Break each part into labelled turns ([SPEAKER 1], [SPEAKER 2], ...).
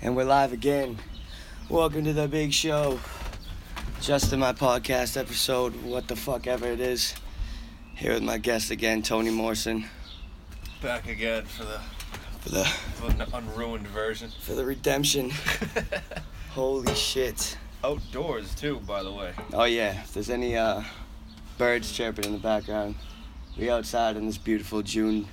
[SPEAKER 1] and we're live again. Welcome to the big show. Just in my podcast episode, what the fuck ever it is. Here with my guest again, Tony Morrison,
[SPEAKER 2] Back again for the
[SPEAKER 1] for the
[SPEAKER 2] for an unruined version.
[SPEAKER 1] for the redemption. Holy shit.
[SPEAKER 2] Outdoors too, by the way.
[SPEAKER 1] Oh yeah, if there's any uh, birds chirping in the background, we outside on this beautiful June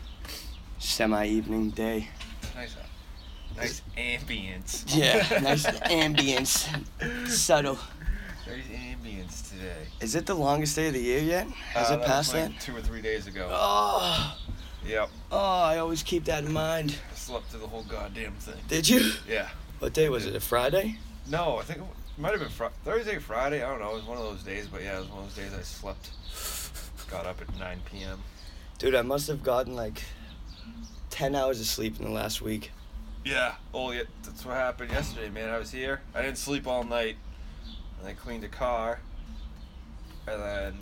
[SPEAKER 1] semi-evening day.
[SPEAKER 2] Nice, uh, nice ambience.
[SPEAKER 1] Yeah, nice ambience, subtle.
[SPEAKER 2] Nice ambience today.
[SPEAKER 1] Is it the longest day of the year yet? Has
[SPEAKER 2] Uh,
[SPEAKER 1] it
[SPEAKER 2] was
[SPEAKER 1] passed that?
[SPEAKER 2] like Two or three days ago.
[SPEAKER 1] Oh,
[SPEAKER 2] Yep.
[SPEAKER 1] oh, I always keep that in mind.
[SPEAKER 2] I slept through the whole goddamn thing.
[SPEAKER 1] Did you?
[SPEAKER 2] Yeah.
[SPEAKER 1] What day was it? A Friday?
[SPEAKER 2] No, I think it might have been Fri Thursday, Friday. I don't know. It was one of those days, but yeah, it was one of those days I slept. Got up at 9 p.m.
[SPEAKER 1] Dude, I must have gotten like 10 hours of sleep in the last week.
[SPEAKER 2] Yeah. Oh, yeah. That's what happened yesterday, man. I was here. I didn't sleep all night. And I cleaned the car. And then,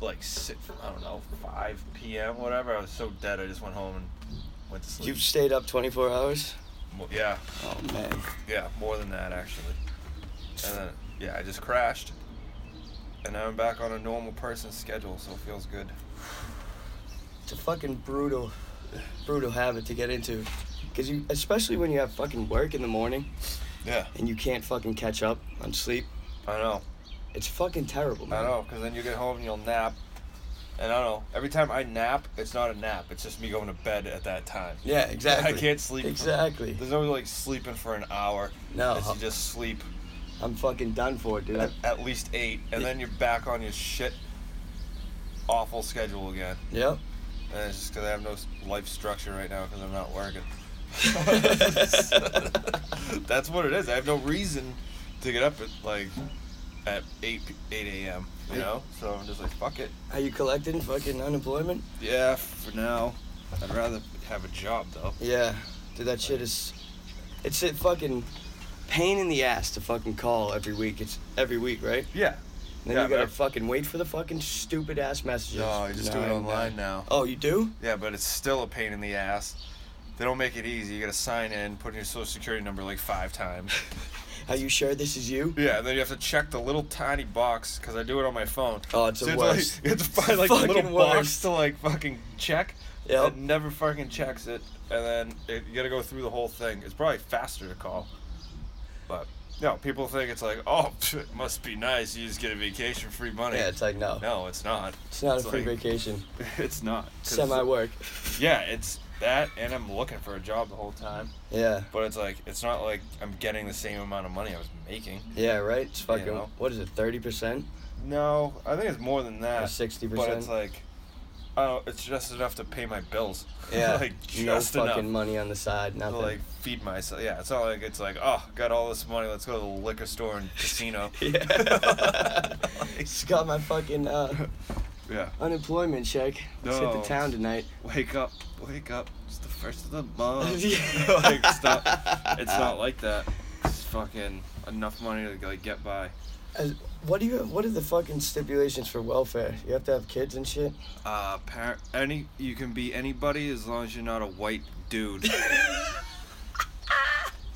[SPEAKER 2] like, six, I don't know, 5 p.m., whatever. I was so dead, I just went home and went to sleep.
[SPEAKER 1] You've stayed up 24 hours?
[SPEAKER 2] Mo- yeah.
[SPEAKER 1] Oh, man.
[SPEAKER 2] Yeah. More than that, actually. And then, yeah, I just crashed. And now I'm back on a normal person's schedule, so it feels good.
[SPEAKER 1] It's a fucking brutal, brutal habit to get into. Because you, especially when you have fucking work in the morning
[SPEAKER 2] Yeah.
[SPEAKER 1] and you can't fucking catch up on sleep,
[SPEAKER 2] I know.
[SPEAKER 1] it's fucking terrible,
[SPEAKER 2] I
[SPEAKER 1] man.
[SPEAKER 2] know, because then you get home and you'll nap. And I don't know. Every time I nap, it's not a nap. It's just me going to bed at that time.
[SPEAKER 1] Yeah, exactly.
[SPEAKER 2] I can't sleep.
[SPEAKER 1] Exactly.
[SPEAKER 2] There's no like sleeping for an hour.
[SPEAKER 1] No.
[SPEAKER 2] It's you just sleep
[SPEAKER 1] I'm fucking done for it, dude.
[SPEAKER 2] at, at least eight, and then you're back on your shit, awful schedule again.
[SPEAKER 1] yep.
[SPEAKER 2] And it's just because I have no s- life structure right now because I'm not working. That's what it is. I have no reason to get up at like at eight p- eight a.m. You know, so I'm just like fuck it.
[SPEAKER 1] Are you collecting fucking unemployment?
[SPEAKER 2] Yeah, for now. I'd rather have a job though.
[SPEAKER 1] Yeah, dude, that shit is. It's a fucking pain in the ass to fucking call every week. It's every week, right?
[SPEAKER 2] Yeah.
[SPEAKER 1] Then
[SPEAKER 2] Yeah,
[SPEAKER 1] you gotta
[SPEAKER 2] but-
[SPEAKER 1] fucking wait for the fucking stupid ass messages.
[SPEAKER 2] No, I Oh, just do it
[SPEAKER 1] Nine,
[SPEAKER 2] online
[SPEAKER 1] nine.
[SPEAKER 2] now.
[SPEAKER 1] Oh, you do?
[SPEAKER 2] Yeah, but it's still a pain in the ass. They don't make it easy. You gotta sign in, put in your social security number like five times.
[SPEAKER 1] Are you sure this is you?
[SPEAKER 2] Yeah, and then you have to check the little tiny box because I do it on my phone.
[SPEAKER 1] Oh, it's the
[SPEAKER 2] So
[SPEAKER 1] worst.
[SPEAKER 2] Like, you have to
[SPEAKER 1] It's the
[SPEAKER 2] find like a little
[SPEAKER 1] fucking
[SPEAKER 2] box
[SPEAKER 1] worst.
[SPEAKER 2] to like fucking check.
[SPEAKER 1] Yep.
[SPEAKER 2] It never fucking checks it, and then it, you gotta go through the whole thing. It's probably faster to call, but no, people think it's like, oh, it must be nice. You just get a vacation, free money.
[SPEAKER 1] Yeah, it's like oh. no.
[SPEAKER 2] no, it's not.
[SPEAKER 1] It's not
[SPEAKER 2] It's
[SPEAKER 1] a free
[SPEAKER 2] like-
[SPEAKER 1] vacation.
[SPEAKER 2] It's not. 'Cause-
[SPEAKER 1] Semi work.
[SPEAKER 2] Yeah, it's that, and I'm looking for a job the whole time.
[SPEAKER 1] Yeah.
[SPEAKER 2] But it's like it's not like I'm getting the same amount of money I was making.
[SPEAKER 1] Yeah, right? It's fucking.
[SPEAKER 2] know.
[SPEAKER 1] What is it, 30%?
[SPEAKER 2] No, I think it's more than that.
[SPEAKER 1] Or 60%?
[SPEAKER 2] But it's like, oh, it's just enough to pay my bills.
[SPEAKER 1] yeah.
[SPEAKER 2] like
[SPEAKER 1] no
[SPEAKER 2] just
[SPEAKER 1] fucking
[SPEAKER 2] enough
[SPEAKER 1] money on the side,
[SPEAKER 2] to
[SPEAKER 1] nothing.
[SPEAKER 2] like feed myself. Yeah, it's not like it's like oh, got all this money. Let's go to the liquor store and casino.
[SPEAKER 1] yeah.
[SPEAKER 2] Like,
[SPEAKER 1] just got my fucking uh,
[SPEAKER 2] yeah.
[SPEAKER 1] unemployment check. Let's hit
[SPEAKER 2] No.
[SPEAKER 1] the town tonight.
[SPEAKER 2] Wake up, wake up. It's the first of the month.
[SPEAKER 1] Yeah.
[SPEAKER 2] Oh. like it's not, it's not like that. It's fucking enough money to like get by.
[SPEAKER 1] As, what do you? What are the fucking stipulations for welfare? You have to have kids and shit.
[SPEAKER 2] Uh, par- any you can be anybody as long as you're not a white dude,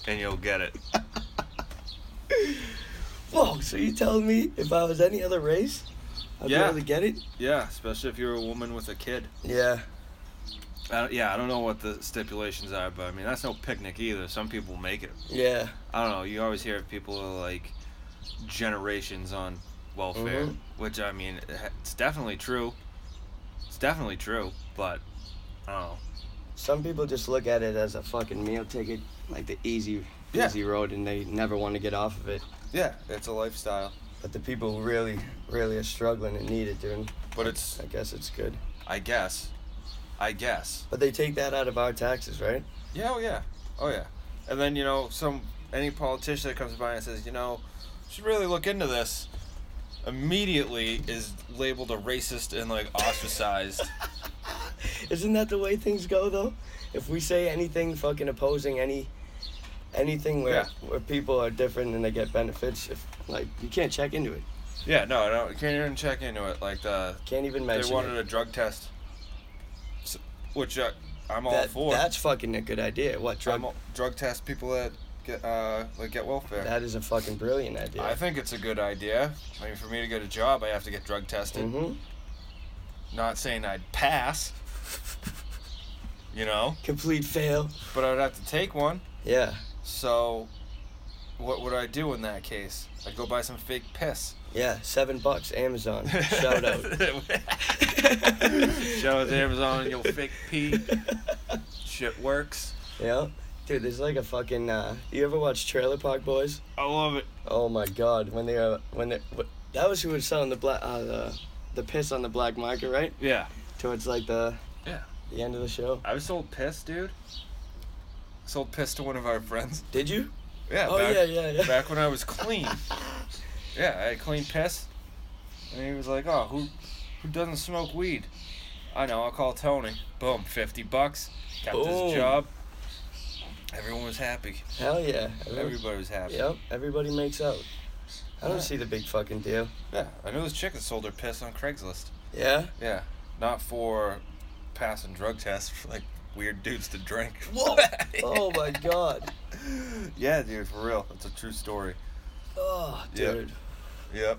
[SPEAKER 2] and you'll get it.
[SPEAKER 1] Whoa! So you telling me if I was any other race, I'd
[SPEAKER 2] Yeah.
[SPEAKER 1] be able to get it?
[SPEAKER 2] Yeah, especially if you're a woman with a kid.
[SPEAKER 1] Yeah.
[SPEAKER 2] I don't, yeah, I don't know what the stipulations are, but I mean that's no picnic either. Some people make it.
[SPEAKER 1] Yeah.
[SPEAKER 2] I don't know. You always hear of people who are, like generations on welfare,
[SPEAKER 1] Mhm.
[SPEAKER 2] which I mean it ha- it's definitely true. It's definitely true, but I don't know.
[SPEAKER 1] Some people just look at it as a fucking meal ticket, like the easy,
[SPEAKER 2] Yeah.
[SPEAKER 1] easy road, and they never want to get off of it.
[SPEAKER 2] Yeah, it's a lifestyle,
[SPEAKER 1] But the people who really, really are struggling and need it, dude.
[SPEAKER 2] but it's
[SPEAKER 1] I guess it's good.
[SPEAKER 2] I guess, I guess
[SPEAKER 1] But they take that out of our taxes, right?
[SPEAKER 2] Yeah, oh yeah, oh yeah. And then you know, some any politician that comes by and says, you know, should really look into this, immediately is labeled a racist and like ostracized.
[SPEAKER 1] Isn't that the way things go though? If we say anything fucking opposing any anything where where people are different and they get benefits, if like you can't check into it.
[SPEAKER 2] yeah, no, no, you can't even check into it. Like the
[SPEAKER 1] Can't even
[SPEAKER 2] they
[SPEAKER 1] mention
[SPEAKER 2] wanted
[SPEAKER 1] it.
[SPEAKER 2] a drug test, s- which uh, I'm all
[SPEAKER 1] That-
[SPEAKER 2] for.
[SPEAKER 1] That's fucking a good idea. What drug
[SPEAKER 2] I'm all- drug test people that get uh like get welfare.
[SPEAKER 1] That is a fucking brilliant idea.
[SPEAKER 2] I think it's a good idea. I mean, for me to get a job, I have to get drug tested.
[SPEAKER 1] Mm-hmm.
[SPEAKER 2] Not saying I'd pass, you know,
[SPEAKER 1] Complete fail.
[SPEAKER 2] but I'd have to take one.
[SPEAKER 1] Yeah.
[SPEAKER 2] So, what would I do in that case? I'd go buy some fake piss.
[SPEAKER 1] Yeah. Seven bucks. Amazon. Shout out.
[SPEAKER 2] Shout out to Amazon and your fake pee. Shit works.
[SPEAKER 1] Yeah. Dude, there's like a fucking. Uh, you ever watch Trailer Park Boys?
[SPEAKER 2] I love it.
[SPEAKER 1] Oh my god, when they were when they, wh- that was who was selling the black uh, the the piss on the black market, right?
[SPEAKER 2] Yeah.
[SPEAKER 1] Towards like the
[SPEAKER 2] Yeah.
[SPEAKER 1] the end of the show.
[SPEAKER 2] I was sold piss, dude. Sold piss to one of our friends.
[SPEAKER 1] Did you?
[SPEAKER 2] Yeah.
[SPEAKER 1] oh
[SPEAKER 2] back,
[SPEAKER 1] yeah, yeah, yeah.
[SPEAKER 2] Back when I was clean. yeah, I had clean piss. And he was like, "Oh, who, who doesn't smoke weed?" I know. I'll call Tony. Boom, fifty bucks. Kept
[SPEAKER 1] Boom.
[SPEAKER 2] his job. Everyone was happy.
[SPEAKER 1] Hell yeah. Every-
[SPEAKER 2] Everybody was happy.
[SPEAKER 1] yep. Everybody makes out. I don't
[SPEAKER 2] Yeah.
[SPEAKER 1] see the big fucking deal.
[SPEAKER 2] Yeah, I knew this chick that sold her piss on Craigslist.
[SPEAKER 1] Yeah.
[SPEAKER 2] Yeah, not for passing drug tests for like weird dudes to drink.
[SPEAKER 1] What? oh my god.
[SPEAKER 2] Yeah, dude, for real, it's a true story.
[SPEAKER 1] Oh,
[SPEAKER 2] Yeah.
[SPEAKER 1] dude.
[SPEAKER 2] Yep.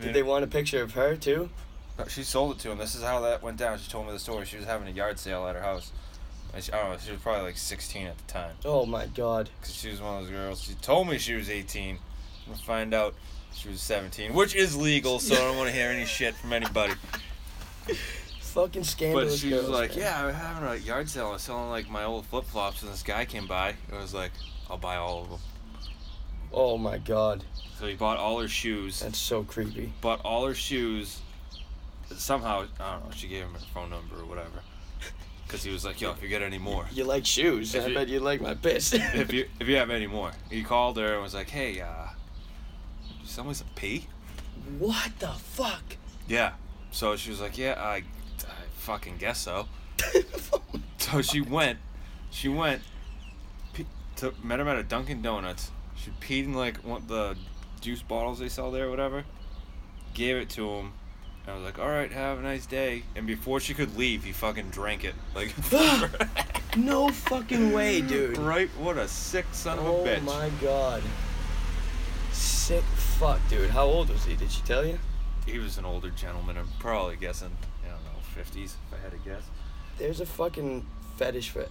[SPEAKER 1] Did they want a picture of her too?
[SPEAKER 2] No, She sold it to him. This is how that went down. She told me the story. She was having a yard sale at her house. And she, I don't know. She was probably like 16 at the time.
[SPEAKER 1] Oh my god.
[SPEAKER 2] Cause she was one of those girls. She told me she was 18. I find out she was 17, which is legal. So I don't want to hear any shit from anybody.
[SPEAKER 1] Fucking
[SPEAKER 2] But
[SPEAKER 1] scandalous.
[SPEAKER 2] she was
[SPEAKER 1] girls,
[SPEAKER 2] like,
[SPEAKER 1] man.
[SPEAKER 2] "Yeah, I was having a yard sale. I was selling like my old flip flops, and this guy came by. and was like, I'll buy all of them.
[SPEAKER 1] Oh my god.
[SPEAKER 2] So he bought all her shoes.
[SPEAKER 1] That's so creepy.
[SPEAKER 2] Bought all her shoes. Somehow, I don't know. She gave him her phone number or whatever. Cause he was like, "Yo, if you get any more,
[SPEAKER 1] You like shoes?
[SPEAKER 2] If
[SPEAKER 1] I
[SPEAKER 2] you-
[SPEAKER 1] bet you like my piss.
[SPEAKER 2] if you if you have any more." He called her and was like, "Hey, uh, did someone some pee?"
[SPEAKER 1] what the fuck?
[SPEAKER 2] Yeah. So she was like, "Yeah, I, I fucking guess so." So she went, she went, pe- to, met him at a Dunkin' Donuts. She peed in like one of the juice bottles they sell there, or whatever. Gave it to him. I was like, all right, have a nice day. And before she could leave, he fucking drank it. Like,
[SPEAKER 1] no fucking way, dude.
[SPEAKER 2] right? What a sick son of a
[SPEAKER 1] Oh
[SPEAKER 2] bitch.
[SPEAKER 1] my god. Sick fuck, dude. How old was he? Did she tell you?
[SPEAKER 2] He was an older gentleman. I'm probably guessing, I don't know, 50s, if I had to guess.
[SPEAKER 1] There's a fucking fetish for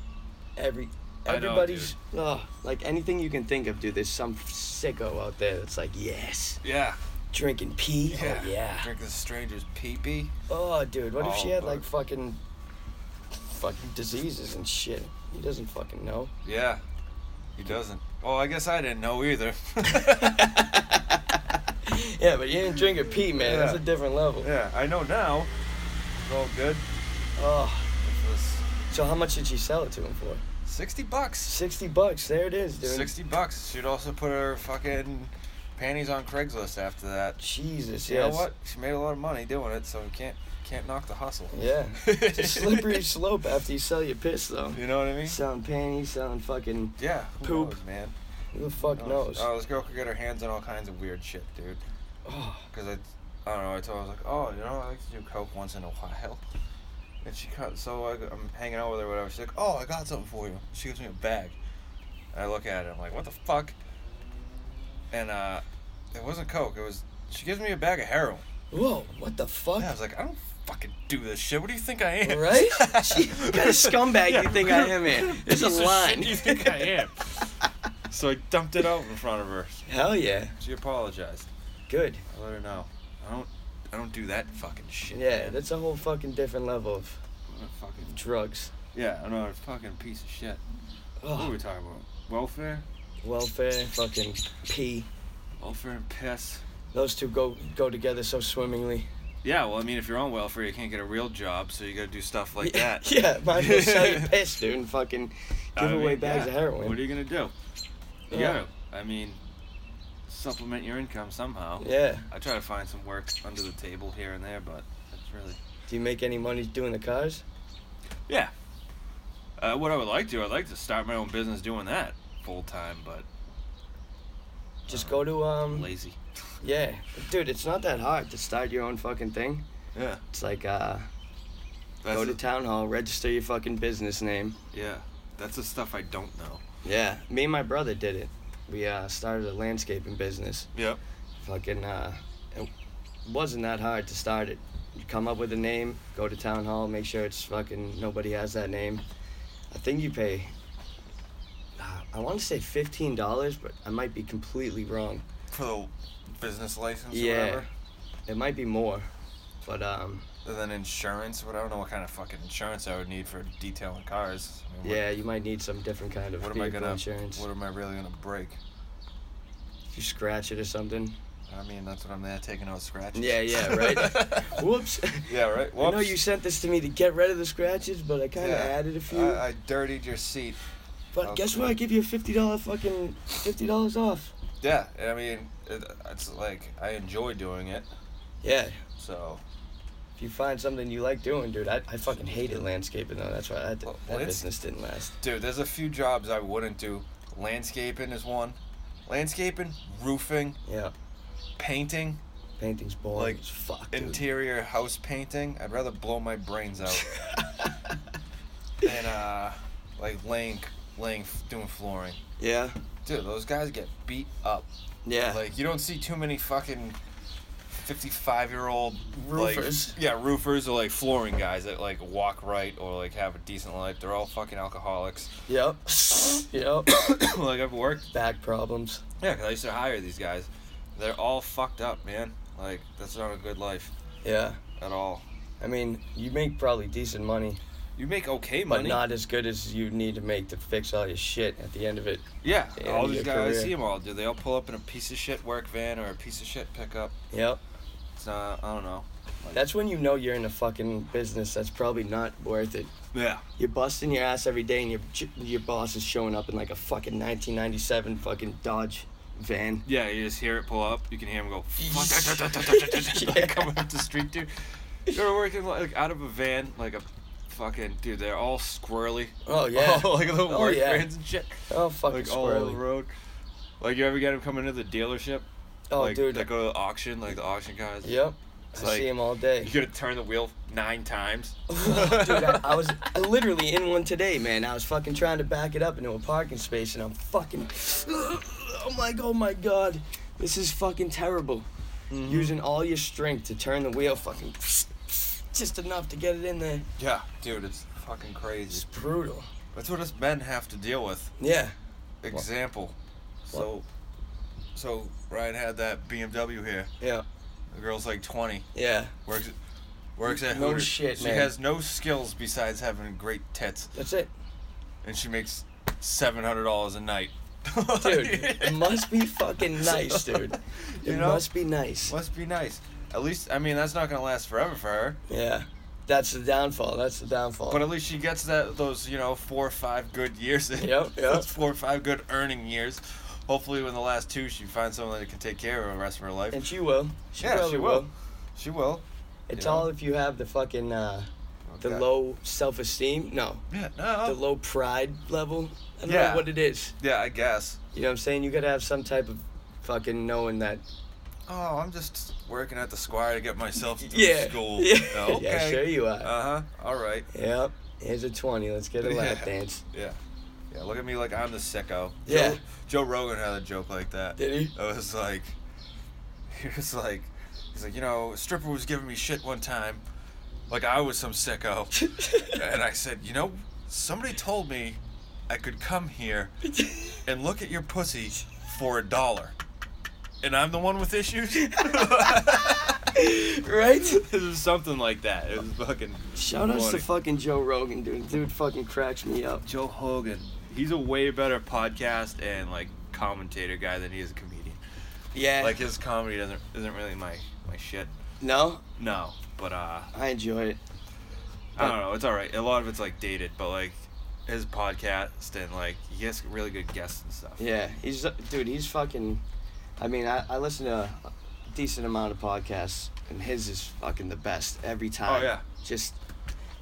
[SPEAKER 1] every.
[SPEAKER 2] I know,
[SPEAKER 1] Everybody's. ugh, like anything you can think of, dude. There's some sicko out there that's like, yes.
[SPEAKER 2] Yeah.
[SPEAKER 1] Drinking pee?
[SPEAKER 2] Yeah.
[SPEAKER 1] Oh, yeah.
[SPEAKER 2] Drinking stranger's pee pee.
[SPEAKER 1] Oh, dude. What if she
[SPEAKER 2] Oh,
[SPEAKER 1] had like
[SPEAKER 2] fuck.
[SPEAKER 1] fucking. fucking diseases and shit? He doesn't fucking know.
[SPEAKER 2] Yeah. He doesn't. Oh, I guess I didn't know either.
[SPEAKER 1] Yeah, but you didn't drink a pee, man. That's a
[SPEAKER 2] Yeah.
[SPEAKER 1] different level.
[SPEAKER 2] Yeah, I know now. It's all good.
[SPEAKER 1] Oh.
[SPEAKER 2] It was
[SPEAKER 1] So how much did she sell it to him for?
[SPEAKER 2] 60 bucks.
[SPEAKER 1] Sixty bucks. There it is, dude.
[SPEAKER 2] 60 bucks. She'd also put her fucking panties on Craigslist after that.
[SPEAKER 1] Jesus.
[SPEAKER 2] You
[SPEAKER 1] yeah.
[SPEAKER 2] know what? She made a lot of money doing it, so you can't can't knock the hustle.
[SPEAKER 1] Yeah. It's a slippery slope after you sell your piss, though.
[SPEAKER 2] You know what I mean?
[SPEAKER 1] Selling panties, selling fucking.
[SPEAKER 2] Yeah. who
[SPEAKER 1] Poop.
[SPEAKER 2] knows, man.
[SPEAKER 1] Who the fuck knows?
[SPEAKER 2] Oh, this girl could get her hands on all kinds of weird shit, dude.
[SPEAKER 1] Oh,
[SPEAKER 2] Cause I, I don't know. I told her I was like, oh, you know, I like to do coke once in a while. And she cut. So I, am hanging out with her, whatever. She's like, oh, I got something for you. She gives me a bag. And I look at it. I'm like, what the fuck? And uh, it wasn't coke. It was. She gives me a bag of heroin.
[SPEAKER 1] Whoa, what the fuck?
[SPEAKER 2] Yeah, I was like, I don't fucking do this shit. What do you think I am?
[SPEAKER 1] Oh. Right? Gee, what kind of scumbag
[SPEAKER 2] Yeah,
[SPEAKER 1] you think I am in? There's a
[SPEAKER 2] piece of shit
[SPEAKER 1] line.
[SPEAKER 2] do you think I am? so I dumped it out in front of her.
[SPEAKER 1] Hell yeah.
[SPEAKER 2] She apologized.
[SPEAKER 1] Good.
[SPEAKER 2] I let her know. I don't. I don't do that fucking shit.
[SPEAKER 1] Yeah,
[SPEAKER 2] man.
[SPEAKER 1] that's a whole fucking different level of
[SPEAKER 2] I'm a fucking.
[SPEAKER 1] drugs.
[SPEAKER 2] Yeah, I'm a fucking piece of shit. What are
[SPEAKER 1] Oh,
[SPEAKER 2] we talking about? Welfare,
[SPEAKER 1] welfare, fucking pee.
[SPEAKER 2] welfare and piss.
[SPEAKER 1] Those two go go together so swimmingly.
[SPEAKER 2] Yeah, well, I mean, if you're on welfare, you can't get a real job, so you gotta do stuff like
[SPEAKER 1] yeah,
[SPEAKER 2] that.
[SPEAKER 1] yeah, might as well sell your piss, dude, and fucking
[SPEAKER 2] I
[SPEAKER 1] give
[SPEAKER 2] mean,
[SPEAKER 1] away bags
[SPEAKER 2] yeah.
[SPEAKER 1] of heroin.
[SPEAKER 2] What are you gonna do?
[SPEAKER 1] Yeah.
[SPEAKER 2] You gotta. I mean, supplement your income somehow.
[SPEAKER 1] yeah.
[SPEAKER 2] I try to find some work under the table here and there, but it's really.
[SPEAKER 1] Do you make any money doing the cars?
[SPEAKER 2] Uh, what I would like to, I'd like to start my own business doing that full time, but
[SPEAKER 1] Just go to
[SPEAKER 2] I'm
[SPEAKER 1] um
[SPEAKER 2] lazy.
[SPEAKER 1] Yeah, dude, it's not that hard to start your own fucking thing.
[SPEAKER 2] Yeah.
[SPEAKER 1] It's like uh,
[SPEAKER 2] That's
[SPEAKER 1] go to
[SPEAKER 2] the-
[SPEAKER 1] town hall, register your fucking business name.
[SPEAKER 2] yeah. That's the stuff I don't know.
[SPEAKER 1] Yeah, me and my brother did it. we uh, started a landscaping business.
[SPEAKER 2] Yep.
[SPEAKER 1] Fucking, uh, it wasn't that hard to start it. You come up with a name, go to town hall, make sure it's fucking nobody has that name. I think you pay. Uh, I want to say fifteen dollars, but I might be completely wrong.
[SPEAKER 2] For the business license
[SPEAKER 1] Yeah.
[SPEAKER 2] or whatever.
[SPEAKER 1] It might be more, but um,
[SPEAKER 2] And then insurance, but I don't know what kind of fucking insurance I would need for detailing cars. I mean, what-
[SPEAKER 1] yeah, you might need some different kind of
[SPEAKER 2] What, am I
[SPEAKER 1] vehicle
[SPEAKER 2] gonna?
[SPEAKER 1] insurance.
[SPEAKER 2] What am I really gonna break?
[SPEAKER 1] If you scratch it or something.
[SPEAKER 2] I mean, that's what I'm there taking out scratches.
[SPEAKER 1] Yeah, yeah, right. Whoops.
[SPEAKER 2] yeah, right.
[SPEAKER 1] I know
[SPEAKER 2] Whoops.
[SPEAKER 1] you sent this to me to get rid of the scratches, but I kind
[SPEAKER 2] Yeah.
[SPEAKER 1] of added a few.
[SPEAKER 2] I, I dirtied your seat.
[SPEAKER 1] but
[SPEAKER 2] I'll-
[SPEAKER 1] guess what? I give you a fifty dollar fucking fifty dollars off.
[SPEAKER 2] Yeah, I mean, it, it's like I enjoy doing it,
[SPEAKER 1] Yeah.
[SPEAKER 2] so
[SPEAKER 1] If you find something you like doing, dude, I, I fucking hated landscaping though. That's why I, that
[SPEAKER 2] Well, well, it's-
[SPEAKER 1] business didn't last.
[SPEAKER 2] Dude, there's a few jobs I wouldn't do. Landscaping is one. Landscaping, roofing,
[SPEAKER 1] Yeah.
[SPEAKER 2] painting,
[SPEAKER 1] Painting's boring.
[SPEAKER 2] Like,
[SPEAKER 1] as fuck, dude.
[SPEAKER 2] interior house painting. I'd rather blow my brains out than uh, like laying, laying, doing flooring.
[SPEAKER 1] yeah.
[SPEAKER 2] Dude, those guys get beat up.
[SPEAKER 1] Yeah.
[SPEAKER 2] Like you don't see too many fucking fifty-five-year-old like,
[SPEAKER 1] Roofers.
[SPEAKER 2] yeah, roofers or like flooring guys that like walk right or like have a decent life. They're all fucking alcoholics.
[SPEAKER 1] yep. yep.
[SPEAKER 2] like I've worked
[SPEAKER 1] Back problems.
[SPEAKER 2] Yeah, 'cause I used to hire these guys. They're all fucked up, man. Like that's not a good life
[SPEAKER 1] Yeah.
[SPEAKER 2] at all.
[SPEAKER 1] I mean, you make probably decent money,
[SPEAKER 2] You make okay
[SPEAKER 1] but
[SPEAKER 2] money.
[SPEAKER 1] not as good as you need to make to fix all your shit at the end of it.
[SPEAKER 2] yeah,
[SPEAKER 1] Yeah,
[SPEAKER 2] all
[SPEAKER 1] in
[SPEAKER 2] these
[SPEAKER 1] your
[SPEAKER 2] guys. I
[SPEAKER 1] career.
[SPEAKER 2] see them all. Do they all pull up in a piece of shit work van or a piece of shit pickup?
[SPEAKER 1] Yep.
[SPEAKER 2] It's not. I don't know.
[SPEAKER 1] That's when you know you're in a fucking business that's probably not worth it.
[SPEAKER 2] Yeah.
[SPEAKER 1] You're busting your ass every day, and your ch- your boss is showing up in like a fucking 1997 fucking Dodge van.
[SPEAKER 2] Yeah, you just hear it pull up. You can hear them go.
[SPEAKER 1] Yeah.
[SPEAKER 2] like, coming up the street, dude. You're working like out of a van, like a fucking dude. They're all squirrely.
[SPEAKER 1] Oh yeah.
[SPEAKER 2] like the work
[SPEAKER 1] Oh, yeah.
[SPEAKER 2] vans and shit.
[SPEAKER 1] Oh fucking
[SPEAKER 2] like all over the
[SPEAKER 1] squirrely.
[SPEAKER 2] road. Like you ever get them coming into the dealership?
[SPEAKER 1] Oh
[SPEAKER 2] like,
[SPEAKER 1] dude.
[SPEAKER 2] That go to the auction, like the auction guys.
[SPEAKER 1] yep.
[SPEAKER 2] It's
[SPEAKER 1] I
[SPEAKER 2] like-
[SPEAKER 1] see him all day.
[SPEAKER 2] You gotta turn the wheel nine times.
[SPEAKER 1] Oh, dude, I, I was I literally in one today, man. I was fucking trying to back it up into a parking space, and I'm fucking. Oh my, oh my god, this is fucking terrible.
[SPEAKER 2] Mm-hmm.
[SPEAKER 1] Using all your strength to turn the wheel, fucking, just enough to get it in there.
[SPEAKER 2] Yeah, dude, it's fucking
[SPEAKER 1] It's
[SPEAKER 2] crazy.
[SPEAKER 1] brutal.
[SPEAKER 2] That's what us men have to deal with.
[SPEAKER 1] Yeah.
[SPEAKER 2] Example. So, so Ryan had that BMW here.
[SPEAKER 1] Yeah.
[SPEAKER 2] The girl's like twenty.
[SPEAKER 1] Yeah.
[SPEAKER 2] Works. Works at
[SPEAKER 1] No
[SPEAKER 2] Hooters.
[SPEAKER 1] shit,
[SPEAKER 2] she
[SPEAKER 1] man.
[SPEAKER 2] has no skills besides having great tits,
[SPEAKER 1] That's it,
[SPEAKER 2] and she makes seven hundred dollars a night.
[SPEAKER 1] dude. it must be fucking nice, dude. It
[SPEAKER 2] You know?
[SPEAKER 1] must be nice.
[SPEAKER 2] Must be nice. At least, I mean, that's not gonna last forever for her.
[SPEAKER 1] Yeah. That's the downfall. That's the downfall.
[SPEAKER 2] But at least she gets that those you know four or five good years. In.
[SPEAKER 1] Yep, yep.
[SPEAKER 2] Those four or five good earning years. Hopefully, when the last two, she finds someone that can take care of her the rest of her life.
[SPEAKER 1] and she will. She
[SPEAKER 2] Yeah, she
[SPEAKER 1] probably
[SPEAKER 2] will. She will.
[SPEAKER 1] It's
[SPEAKER 2] You know?
[SPEAKER 1] all if you have the fucking uh, the
[SPEAKER 2] Okay.
[SPEAKER 1] low self esteem. No,
[SPEAKER 2] Yeah. No.
[SPEAKER 1] the low pride level. I don't
[SPEAKER 2] Oh. Yeah.
[SPEAKER 1] know what it is.
[SPEAKER 2] yeah, I guess.
[SPEAKER 1] You know what I'm saying? You gotta have some type of fucking knowing that.
[SPEAKER 2] Oh, I'm just working at the Squire to get myself through
[SPEAKER 1] Yeah.
[SPEAKER 2] school.
[SPEAKER 1] Yeah.
[SPEAKER 2] Oh, okay.
[SPEAKER 1] yeah, sure you are.
[SPEAKER 2] Uh huh. All right.
[SPEAKER 1] yep. Here's a twenty. Let's get a lap
[SPEAKER 2] Yeah.
[SPEAKER 1] dance.
[SPEAKER 2] Yeah. Yeah. Look at me like I'm the sicko.
[SPEAKER 1] Yeah.
[SPEAKER 2] Joe, Joe Rogan had a joke like that.
[SPEAKER 1] Did he?
[SPEAKER 2] I was like, he was like, he's like, you know, a stripper was giving me shit one time, like I was some sicko, and I said, you know, somebody told me I could come here and look at your pussy for a dollar, and I'm the one with issues. it
[SPEAKER 1] right?
[SPEAKER 2] was something like that. It was fucking.
[SPEAKER 1] Shout outs to
[SPEAKER 2] funny.
[SPEAKER 1] fucking Joe Rogan, dude. Dude fucking cracks me up.
[SPEAKER 2] Joe Hogan. He's a way better podcast and like commentator guy than he is a comedian.
[SPEAKER 1] Yeah.
[SPEAKER 2] Like his comedy doesn't isn't really my my shit.
[SPEAKER 1] no,
[SPEAKER 2] No, but uh,
[SPEAKER 1] I enjoy it.
[SPEAKER 2] I don't know. It's all right. A lot of it's like dated, but like his podcast and like he has really good guests and stuff.
[SPEAKER 1] Yeah, he's dude. He's fucking. I mean, I, I listen to a decent amount of podcasts, and his is fucking the best every time.
[SPEAKER 2] Oh, yeah.
[SPEAKER 1] Just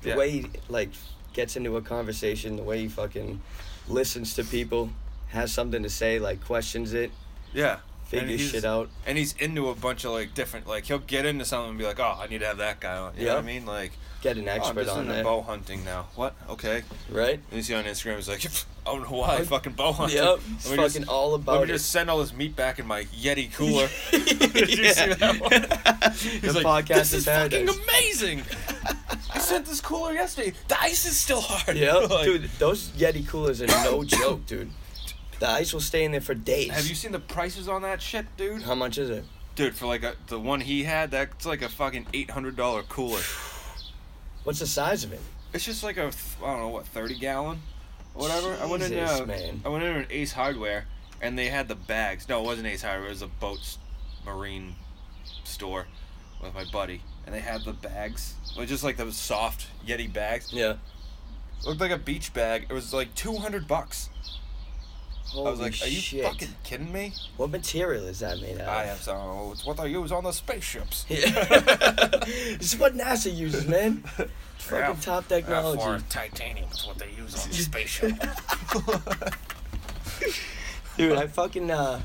[SPEAKER 1] the
[SPEAKER 2] Yeah.
[SPEAKER 1] way he like gets into a conversation, the way he fucking listens to people, has something to say, like questions it,
[SPEAKER 2] Yeah. And
[SPEAKER 1] figures
[SPEAKER 2] he's-
[SPEAKER 1] shit out.
[SPEAKER 2] And he's into a bunch of like different like he'll get into something and be like, oh, I need to have that guy on. You know what I
[SPEAKER 1] Yeah.
[SPEAKER 2] mean? Like
[SPEAKER 1] Get an
[SPEAKER 2] oh, I'm
[SPEAKER 1] expert
[SPEAKER 2] just
[SPEAKER 1] on
[SPEAKER 2] into
[SPEAKER 1] that,
[SPEAKER 2] bow hunting now. What? Okay.
[SPEAKER 1] right?
[SPEAKER 2] And you see on Instagram, it's like out in Hawaii fucking bow hunting.
[SPEAKER 1] Yep.
[SPEAKER 2] Let
[SPEAKER 1] It's
[SPEAKER 2] me
[SPEAKER 1] fucking
[SPEAKER 2] just,
[SPEAKER 1] all
[SPEAKER 2] let
[SPEAKER 1] about
[SPEAKER 2] me just send all this meat back in my Yeti cooler.
[SPEAKER 1] it.
[SPEAKER 2] Did you see that one?
[SPEAKER 1] the
[SPEAKER 2] He's like,
[SPEAKER 1] podcast
[SPEAKER 2] this
[SPEAKER 1] in
[SPEAKER 2] is
[SPEAKER 1] paradise.
[SPEAKER 2] fucking amazing. I sent this cooler yesterday. The ice is still hard.
[SPEAKER 1] Yep,
[SPEAKER 2] Like,
[SPEAKER 1] dude, those Yeti coolers are no joke, dude. The ice will stay in there for days.
[SPEAKER 2] Have you seen the prices on that shit, dude?
[SPEAKER 1] How much is it?
[SPEAKER 2] Dude, for like a, the one he had, that's like a fucking eight hundred dollar cooler.
[SPEAKER 1] What's the size of it?
[SPEAKER 2] It's just like a th- I don't know what thirty gallon, or whatever. I went into
[SPEAKER 1] Jesus,
[SPEAKER 2] uh,
[SPEAKER 1] man.
[SPEAKER 2] I went into an Ace Hardware, and they had the bags. No, it wasn't Ace Hardware. It was a boats marine store with my buddy, and they had the bags. It was just like those soft Yeti bags.
[SPEAKER 1] Yeah.
[SPEAKER 2] looked like a beach bag. It was like two hundred bucks.
[SPEAKER 1] Holy
[SPEAKER 2] I was like, are you
[SPEAKER 1] shit.
[SPEAKER 2] fucking kidding me?
[SPEAKER 1] What material is that made out of?
[SPEAKER 2] I have some. It's what I use on the spaceships.
[SPEAKER 1] Yeah. this is what NASA uses, man. Fucking
[SPEAKER 2] Yeah.
[SPEAKER 1] top
[SPEAKER 2] Uh,
[SPEAKER 1] technology.
[SPEAKER 2] for titanium, it's what they use on the spaceship.
[SPEAKER 1] Dude, I fucking uh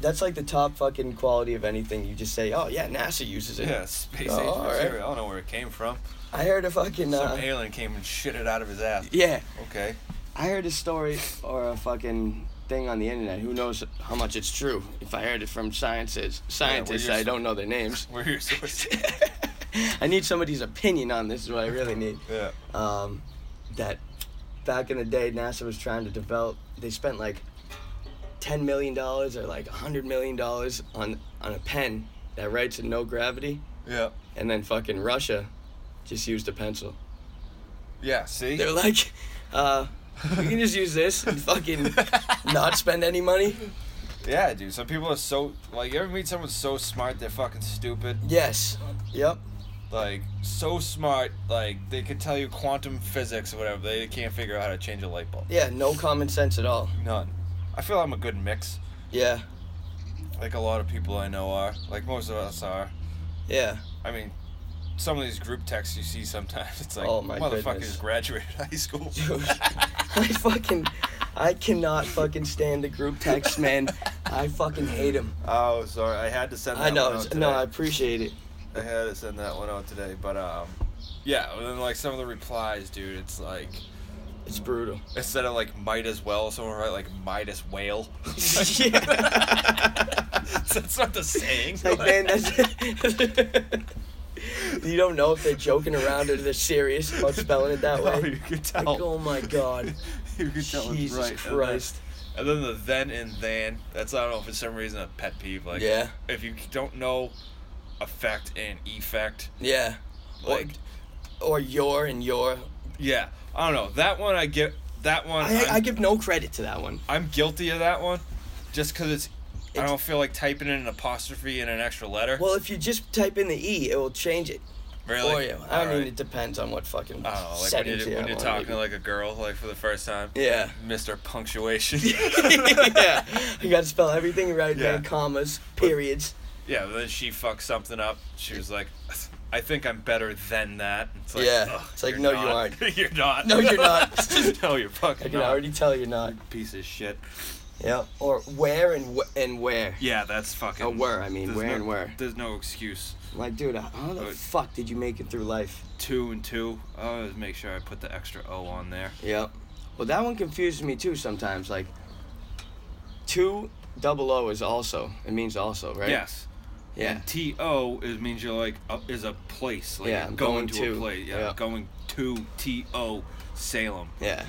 [SPEAKER 1] that's like the top fucking quality of anything. You just say, "Oh yeah, NASA uses it."
[SPEAKER 2] yeah, space age
[SPEAKER 1] Oh, all right.
[SPEAKER 2] material. I don't know where it came from.
[SPEAKER 1] I heard a fucking
[SPEAKER 2] Some
[SPEAKER 1] uh,
[SPEAKER 2] alien came and shit it out of his ass.
[SPEAKER 1] yeah,
[SPEAKER 2] Okay.
[SPEAKER 1] I heard a story or a fucking thing on the internet. Who knows how much it's true? If I heard it from sciences, scientists,
[SPEAKER 2] your-
[SPEAKER 1] I don't know their names.
[SPEAKER 2] Where your source?
[SPEAKER 1] I need somebody's opinion on this. Is what I really need.
[SPEAKER 2] yeah.
[SPEAKER 1] um, that back in the day NASA was trying to develop. They spent like ten million dollars or like hundred million dollars on on a pen that writes in no gravity,
[SPEAKER 2] Yeah.
[SPEAKER 1] and then fucking Russia just used a pencil.
[SPEAKER 2] Yeah, see?
[SPEAKER 1] They're like, uh, we can just use this and fucking not spend any money.
[SPEAKER 2] yeah, dude. Some people are so like you ever meet someone so smart they're fucking stupid?
[SPEAKER 1] Yes. Yep.
[SPEAKER 2] Like so smart, like they could tell you quantum physics or whatever, they can't figure out how to change a light bulb.
[SPEAKER 1] Yeah. No common sense at all.
[SPEAKER 2] None. I feel I'm a good mix.
[SPEAKER 1] Yeah.
[SPEAKER 2] Like a lot of people I know are. Like most of us are.
[SPEAKER 1] Yeah.
[SPEAKER 2] I mean, some of these group texts you see sometimes, it's like,
[SPEAKER 1] Oh my
[SPEAKER 2] motherfuckers
[SPEAKER 1] goodness.
[SPEAKER 2] graduated high school.
[SPEAKER 1] Dude, I fucking, I cannot fucking stand the group text, man. I fucking hate them.
[SPEAKER 2] oh, sorry. I had to send that
[SPEAKER 1] I know.
[SPEAKER 2] one out
[SPEAKER 1] it's- No, I
[SPEAKER 2] today.
[SPEAKER 1] appreciate it.
[SPEAKER 2] I had to send that one out today, but um, yeah. And then like some of the replies, dude, it's like
[SPEAKER 1] It's brutal.
[SPEAKER 2] instead of like might as well, someone write like might as whale.
[SPEAKER 1] Yeah.
[SPEAKER 2] that's not the saying.
[SPEAKER 1] It's like, man, that's. you don't know if they're joking around or they're serious about spelling it that
[SPEAKER 2] Oh,
[SPEAKER 1] way.
[SPEAKER 2] you could tell.
[SPEAKER 1] Like, oh my god.
[SPEAKER 2] you could tell it's
[SPEAKER 1] Jesus
[SPEAKER 2] right. and then-
[SPEAKER 1] Christ.
[SPEAKER 2] And then the then and then. That's I don't know for some reason a pet peeve. Like
[SPEAKER 1] Yeah.
[SPEAKER 2] if you don't know effect and effect,
[SPEAKER 1] Yeah.
[SPEAKER 2] like
[SPEAKER 1] Or your and your.
[SPEAKER 2] yeah, I don't know. That one I get. That one
[SPEAKER 1] I,
[SPEAKER 2] I'm,
[SPEAKER 1] I give no credit to that one.
[SPEAKER 2] I'm guilty of that one, just because it's, I
[SPEAKER 1] It's-
[SPEAKER 2] don't feel like typing in an apostrophe and an extra letter.
[SPEAKER 1] Well, if you just type in the E, it will change it
[SPEAKER 2] really?
[SPEAKER 1] for you. I mean,
[SPEAKER 2] Alright.
[SPEAKER 1] it depends on what fucking
[SPEAKER 2] I don't know, like when
[SPEAKER 1] settings
[SPEAKER 2] you're,
[SPEAKER 1] you're
[SPEAKER 2] when you're
[SPEAKER 1] on,
[SPEAKER 2] talking to
[SPEAKER 1] maybe.
[SPEAKER 2] like a girl, like for the first time.
[SPEAKER 1] Yeah.
[SPEAKER 2] Mr. Punctuation.
[SPEAKER 1] yeah. You gotta spell everything right,
[SPEAKER 2] Yeah.
[SPEAKER 1] man. Commas, periods.
[SPEAKER 2] Yeah, but then she fucked something up. She was like, I think I'm better than that. It's like,
[SPEAKER 1] Yeah.
[SPEAKER 2] "Ugh,
[SPEAKER 1] It's like,
[SPEAKER 2] you're
[SPEAKER 1] no, you
[SPEAKER 2] not.
[SPEAKER 1] aren't.
[SPEAKER 2] you're not.
[SPEAKER 1] No, you're not.
[SPEAKER 2] no, you're
[SPEAKER 1] I
[SPEAKER 2] fucking
[SPEAKER 1] can
[SPEAKER 2] not.
[SPEAKER 1] already tell you're not.
[SPEAKER 2] Piece of shit.
[SPEAKER 1] Yeah. Or where and wh- and where.
[SPEAKER 2] Yeah, that's fucking.
[SPEAKER 1] Oh, where, I mean,
[SPEAKER 2] there's
[SPEAKER 1] where
[SPEAKER 2] no-
[SPEAKER 1] and where.
[SPEAKER 2] There's no excuse.
[SPEAKER 1] Like, dude, how the
[SPEAKER 2] Good.
[SPEAKER 1] fuck did you make it through life?
[SPEAKER 2] Two and two. I always make sure I put the extra O on there.
[SPEAKER 1] Yep. Well, that one confuses me too sometimes. Like, two double O is also. It means also, right?
[SPEAKER 2] Yes.
[SPEAKER 1] Yeah.
[SPEAKER 2] And T O is means you're like uh, is a place. Like
[SPEAKER 1] Yeah,
[SPEAKER 2] you're
[SPEAKER 1] I'm going
[SPEAKER 2] going, to, a
[SPEAKER 1] to.
[SPEAKER 2] place. Yeah,
[SPEAKER 1] Yeah.
[SPEAKER 2] I'm going to T O Salem.
[SPEAKER 1] Yeah.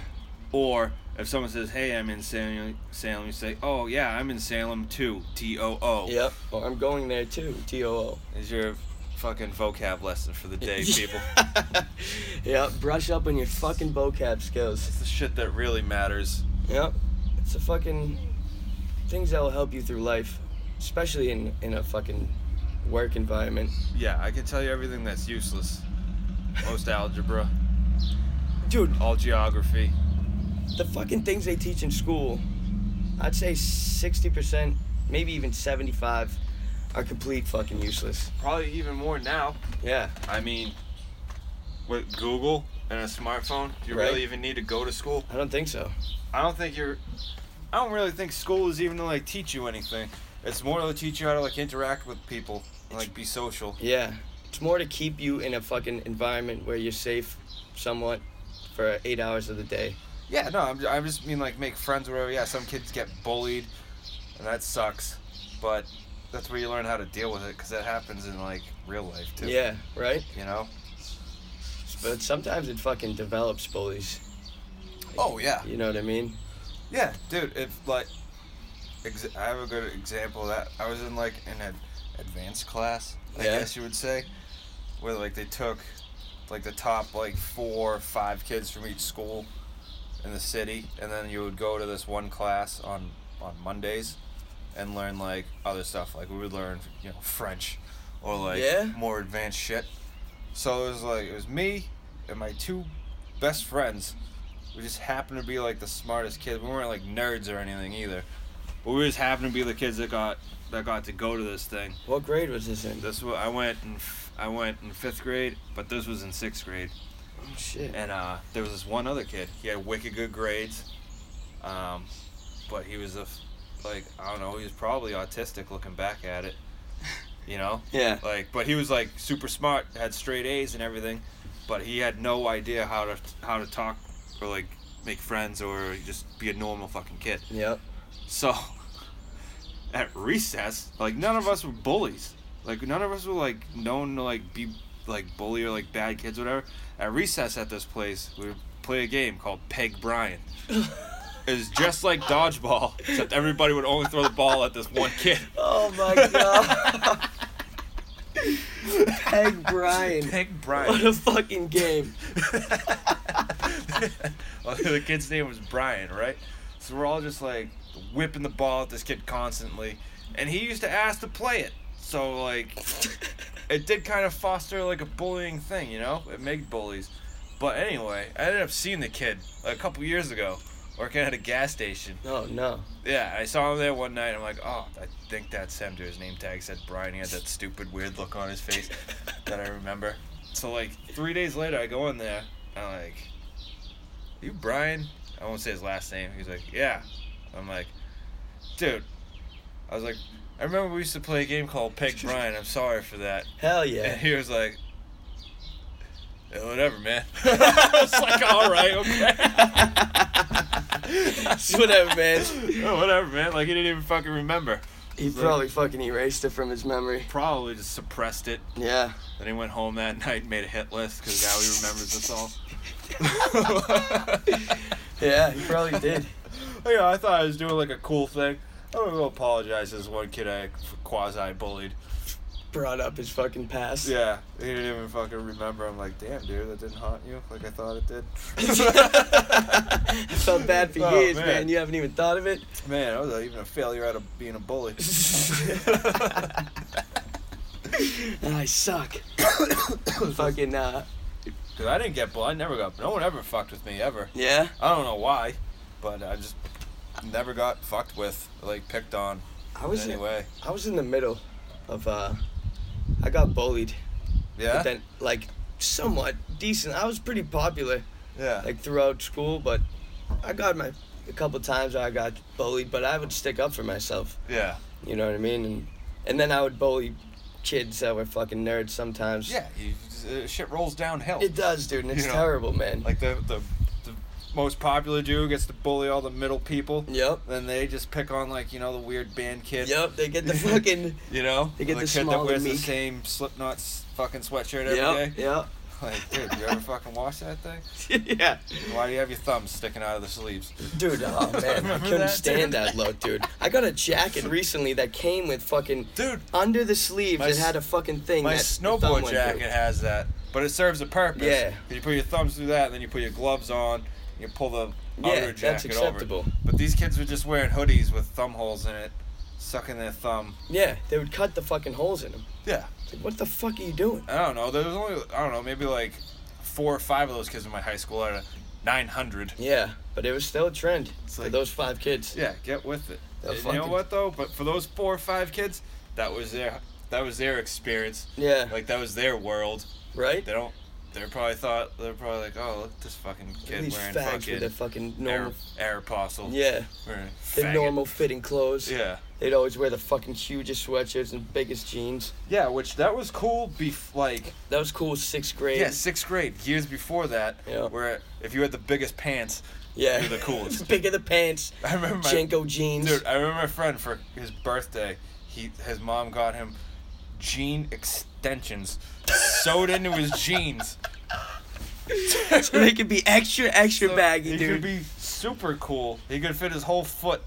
[SPEAKER 2] Or if someone says, "Hey, I'm in Salem," Salem, you say, "Oh yeah, I'm in Salem too." T O O.
[SPEAKER 1] Yep. Or I'm going there too. T O O.
[SPEAKER 2] Is your fucking vocab lesson for the day, people?
[SPEAKER 1] Yep. Brush up on your fucking vocab skills.
[SPEAKER 2] it's the shit that really matters.
[SPEAKER 1] Yep. It's the fucking things that will help you through life, especially in in a fucking work environment.
[SPEAKER 2] Yeah, I can tell you everything that's useless. Most algebra,
[SPEAKER 1] Dude,
[SPEAKER 2] all geography.
[SPEAKER 1] the fucking things they teach in school, I'd say 60%, maybe even 75 are complete fucking useless.
[SPEAKER 2] Probably even more now.
[SPEAKER 1] Yeah.
[SPEAKER 2] I mean, with Google and a smartphone, do you
[SPEAKER 1] Right.
[SPEAKER 2] really even need to go to school?
[SPEAKER 1] I don't think so.
[SPEAKER 2] I don't think you're. I don't really think school is even to like teach you anything. It's more to teach you how to like interact with people, and, like be social.
[SPEAKER 1] Yeah. It's more to keep you in a fucking environment where you're safe somewhat for 8 hours of the day.
[SPEAKER 2] Yeah, no, I'm, I just mean like make friends, or whatever. Yeah, some kids get bullied, and that sucks, but that's where you learn how to deal with it because that happens in like real life too.
[SPEAKER 1] Yeah, right?
[SPEAKER 2] You know?
[SPEAKER 1] But sometimes it fucking develops bullies.
[SPEAKER 2] Oh yeah.
[SPEAKER 1] You know what I mean?
[SPEAKER 2] Yeah, dude. If like, ex- I have a good example of that I was in like an ad- advanced class, I
[SPEAKER 1] Yeah.
[SPEAKER 2] guess you would say, where like they took like the top like four, or five kids from each school in the city, and then you would go to this one class on on Mondays and learn like other stuff. Like we would learn, you know, French or like
[SPEAKER 1] Yeah.
[SPEAKER 2] more advanced shit. So it was like it was me and my two best friends. We just happened to be like the smartest kids. We weren't like nerds or anything either, but we just happened to be the kids that got that got to go to this thing.
[SPEAKER 1] What grade was this in?
[SPEAKER 2] This wa- I went in f- I went in fifth grade, but this was in sixth grade.
[SPEAKER 1] Oh, shit.
[SPEAKER 2] And uh, there was this one other kid. He had wicked good grades, um, but he was a f- like I don't know. He was probably autistic looking back at it, you know.
[SPEAKER 1] Yeah.
[SPEAKER 2] Like, but he was like super smart, had straight A's and everything, but he had no idea how to how to talk or like make friends or just be a normal fucking kid.
[SPEAKER 1] Yep.
[SPEAKER 2] So at recess, like none of us were bullies. Like none of us were like known to like be like bully or like bad kids, whatever. At recess at this place, we would play a game called Peg Brian. It was just like dodgeball, except everybody would only throw the ball at this one kid.
[SPEAKER 1] Oh my god. Peg Brian.
[SPEAKER 2] Peg
[SPEAKER 1] What
[SPEAKER 2] Brian.
[SPEAKER 1] a fucking game.
[SPEAKER 2] well, the kid's name was Brian, right? So we're all just like whipping the ball at this kid constantly, and he used to ask to play it. So like, it did kind of foster like a bullying thing, you know? It made bullies. But anyway, I ended up seeing the kid a couple years ago, working at a gas station.
[SPEAKER 1] No, no.
[SPEAKER 2] Yeah, I saw him there one night. I'm like, oh, I think that's him. Dude, his name tag said Brian. He had that stupid, weird look on his face that I remember. So like three days later, I go in there. I'm like, you Brian? I won't say his last name. He's like, yeah. I'm like, dude. I was like, I remember we used to play a game called Peg Brian. I'm sorry for that.
[SPEAKER 1] Hell
[SPEAKER 2] And
[SPEAKER 1] yeah.
[SPEAKER 2] he was like, "Yeah, whatever, man. I was like, all right, okay.
[SPEAKER 1] Whatever, man.
[SPEAKER 2] Yeah, whatever, man. Like, he didn't even fucking remember.
[SPEAKER 1] He probably fucking erased it from his memory.
[SPEAKER 2] Probably just suppressed it.
[SPEAKER 1] Yeah.
[SPEAKER 2] Then he went home that night and made a hit list because now he remembers us all.
[SPEAKER 1] Yeah, he probably did.
[SPEAKER 2] you know, I thought I was doing like a cool thing. I'm gonna go apologize to this one kid I quasi bullied.
[SPEAKER 1] Brought up his fucking past.
[SPEAKER 2] Yeah, he didn't even fucking remember. I'm like, damn, dude, that didn't haunt you like I thought it did.
[SPEAKER 1] I felt bad for
[SPEAKER 2] Oh,
[SPEAKER 1] years,
[SPEAKER 2] man.
[SPEAKER 1] man. You haven't even thought of it?
[SPEAKER 2] Man, I was even a failure at a, being a bully.
[SPEAKER 1] And I suck. fucking, uh,
[SPEAKER 2] Cause I didn't get bullied. I never got. No one ever fucked with me ever.
[SPEAKER 1] yeah.
[SPEAKER 2] I don't know why, but I just never got fucked with, like picked on
[SPEAKER 1] I
[SPEAKER 2] in
[SPEAKER 1] was
[SPEAKER 2] any
[SPEAKER 1] in,
[SPEAKER 2] way.
[SPEAKER 1] I was in the middle of, uh, I got bullied.
[SPEAKER 2] Yeah.
[SPEAKER 1] But then, like, somewhat decent. I was pretty popular,
[SPEAKER 2] yeah.
[SPEAKER 1] like, throughout school, but I got my, a couple times I got bullied, but I would stick up for myself.
[SPEAKER 2] yeah.
[SPEAKER 1] You know what I mean? And, and then I would bully kids that were fucking nerds sometimes.
[SPEAKER 2] Yeah. You, uh, shit rolls downhill.
[SPEAKER 1] It does, dude, and it's
[SPEAKER 2] You know,
[SPEAKER 1] terrible, man.
[SPEAKER 2] like the the the most popular dude gets to bully all the middle people.
[SPEAKER 1] yep.
[SPEAKER 2] Then they just pick on like you know the weird band kid.
[SPEAKER 1] Yep, they get the fucking
[SPEAKER 2] You know,
[SPEAKER 1] They get the
[SPEAKER 2] the kid
[SPEAKER 1] small
[SPEAKER 2] that
[SPEAKER 1] and
[SPEAKER 2] wears the
[SPEAKER 1] meek.
[SPEAKER 2] same Slipknot s- fucking sweatshirt every day.
[SPEAKER 1] Yep, yep.
[SPEAKER 2] Like, dude, you ever fucking wash that thing?
[SPEAKER 1] yeah.
[SPEAKER 2] Why do you have your thumbs sticking out of the sleeves?
[SPEAKER 1] Dude, oh man, I
[SPEAKER 2] Remember
[SPEAKER 1] couldn't
[SPEAKER 2] that, dude?
[SPEAKER 1] stand that look, dude. I got a jacket recently that came with fucking
[SPEAKER 2] Dude,
[SPEAKER 1] under the sleeves
[SPEAKER 2] My
[SPEAKER 1] it
[SPEAKER 2] s-
[SPEAKER 1] had a fucking thing.
[SPEAKER 2] my
[SPEAKER 1] that the thumb
[SPEAKER 2] snowboard
[SPEAKER 1] went through.
[SPEAKER 2] jacket has that, but it serves a purpose.
[SPEAKER 1] Yeah.
[SPEAKER 2] 'Cause You put your thumbs through that, and then you put your gloves on, and you pull the
[SPEAKER 1] Yeah,
[SPEAKER 2] outer
[SPEAKER 1] that's
[SPEAKER 2] jacket
[SPEAKER 1] acceptable.
[SPEAKER 2] over. it. But these kids were just wearing hoodies with thumb holes in it, sucking their thumb.
[SPEAKER 1] Yeah, they would cut the fucking holes in them.
[SPEAKER 2] Yeah.
[SPEAKER 1] It's like, what the fuck are you doing?
[SPEAKER 2] I don't know. There was only, I don't know, maybe like four or five of those kids in my high school out of 900.
[SPEAKER 1] Yeah, but it was still a trend for
[SPEAKER 2] like-
[SPEAKER 1] those five kids.
[SPEAKER 2] Yeah, get with it.
[SPEAKER 1] That
[SPEAKER 2] And you know
[SPEAKER 1] fucking-
[SPEAKER 2] what though? But for those four or five kids, that was their that was their experience.
[SPEAKER 1] Yeah,
[SPEAKER 2] Like that was their world.
[SPEAKER 1] right?
[SPEAKER 2] They don't. They probably thought they're probably like, oh, look, this fucking kid
[SPEAKER 1] These
[SPEAKER 2] wearing
[SPEAKER 1] fags with
[SPEAKER 2] fucking
[SPEAKER 1] their fucking
[SPEAKER 2] air,
[SPEAKER 1] normal,
[SPEAKER 2] air apostle.
[SPEAKER 1] yeah,
[SPEAKER 2] Wearing
[SPEAKER 1] the
[SPEAKER 2] faggot.
[SPEAKER 1] normal fitting clothes.
[SPEAKER 2] Yeah.
[SPEAKER 1] They'd always wear the fucking hugest sweatshirts and biggest jeans.
[SPEAKER 2] Yeah, which that was cool. Bef- like
[SPEAKER 1] That was cool. Sixth grade.
[SPEAKER 2] yeah, sixth grade years before that,
[SPEAKER 1] Yeah.
[SPEAKER 2] where if you had the biggest pants,
[SPEAKER 1] Yeah.
[SPEAKER 2] You're the coolest.
[SPEAKER 1] Bigger the pants.
[SPEAKER 2] I remember my-
[SPEAKER 1] Jenko jeans.
[SPEAKER 2] Dude, I remember my friend for his birthday. He his mom got him jean extensions sewed into his jeans.
[SPEAKER 1] so they could be extra, extra
[SPEAKER 2] So
[SPEAKER 1] baggy,
[SPEAKER 2] he
[SPEAKER 1] dude.
[SPEAKER 2] could be super cool. He could fit his whole foot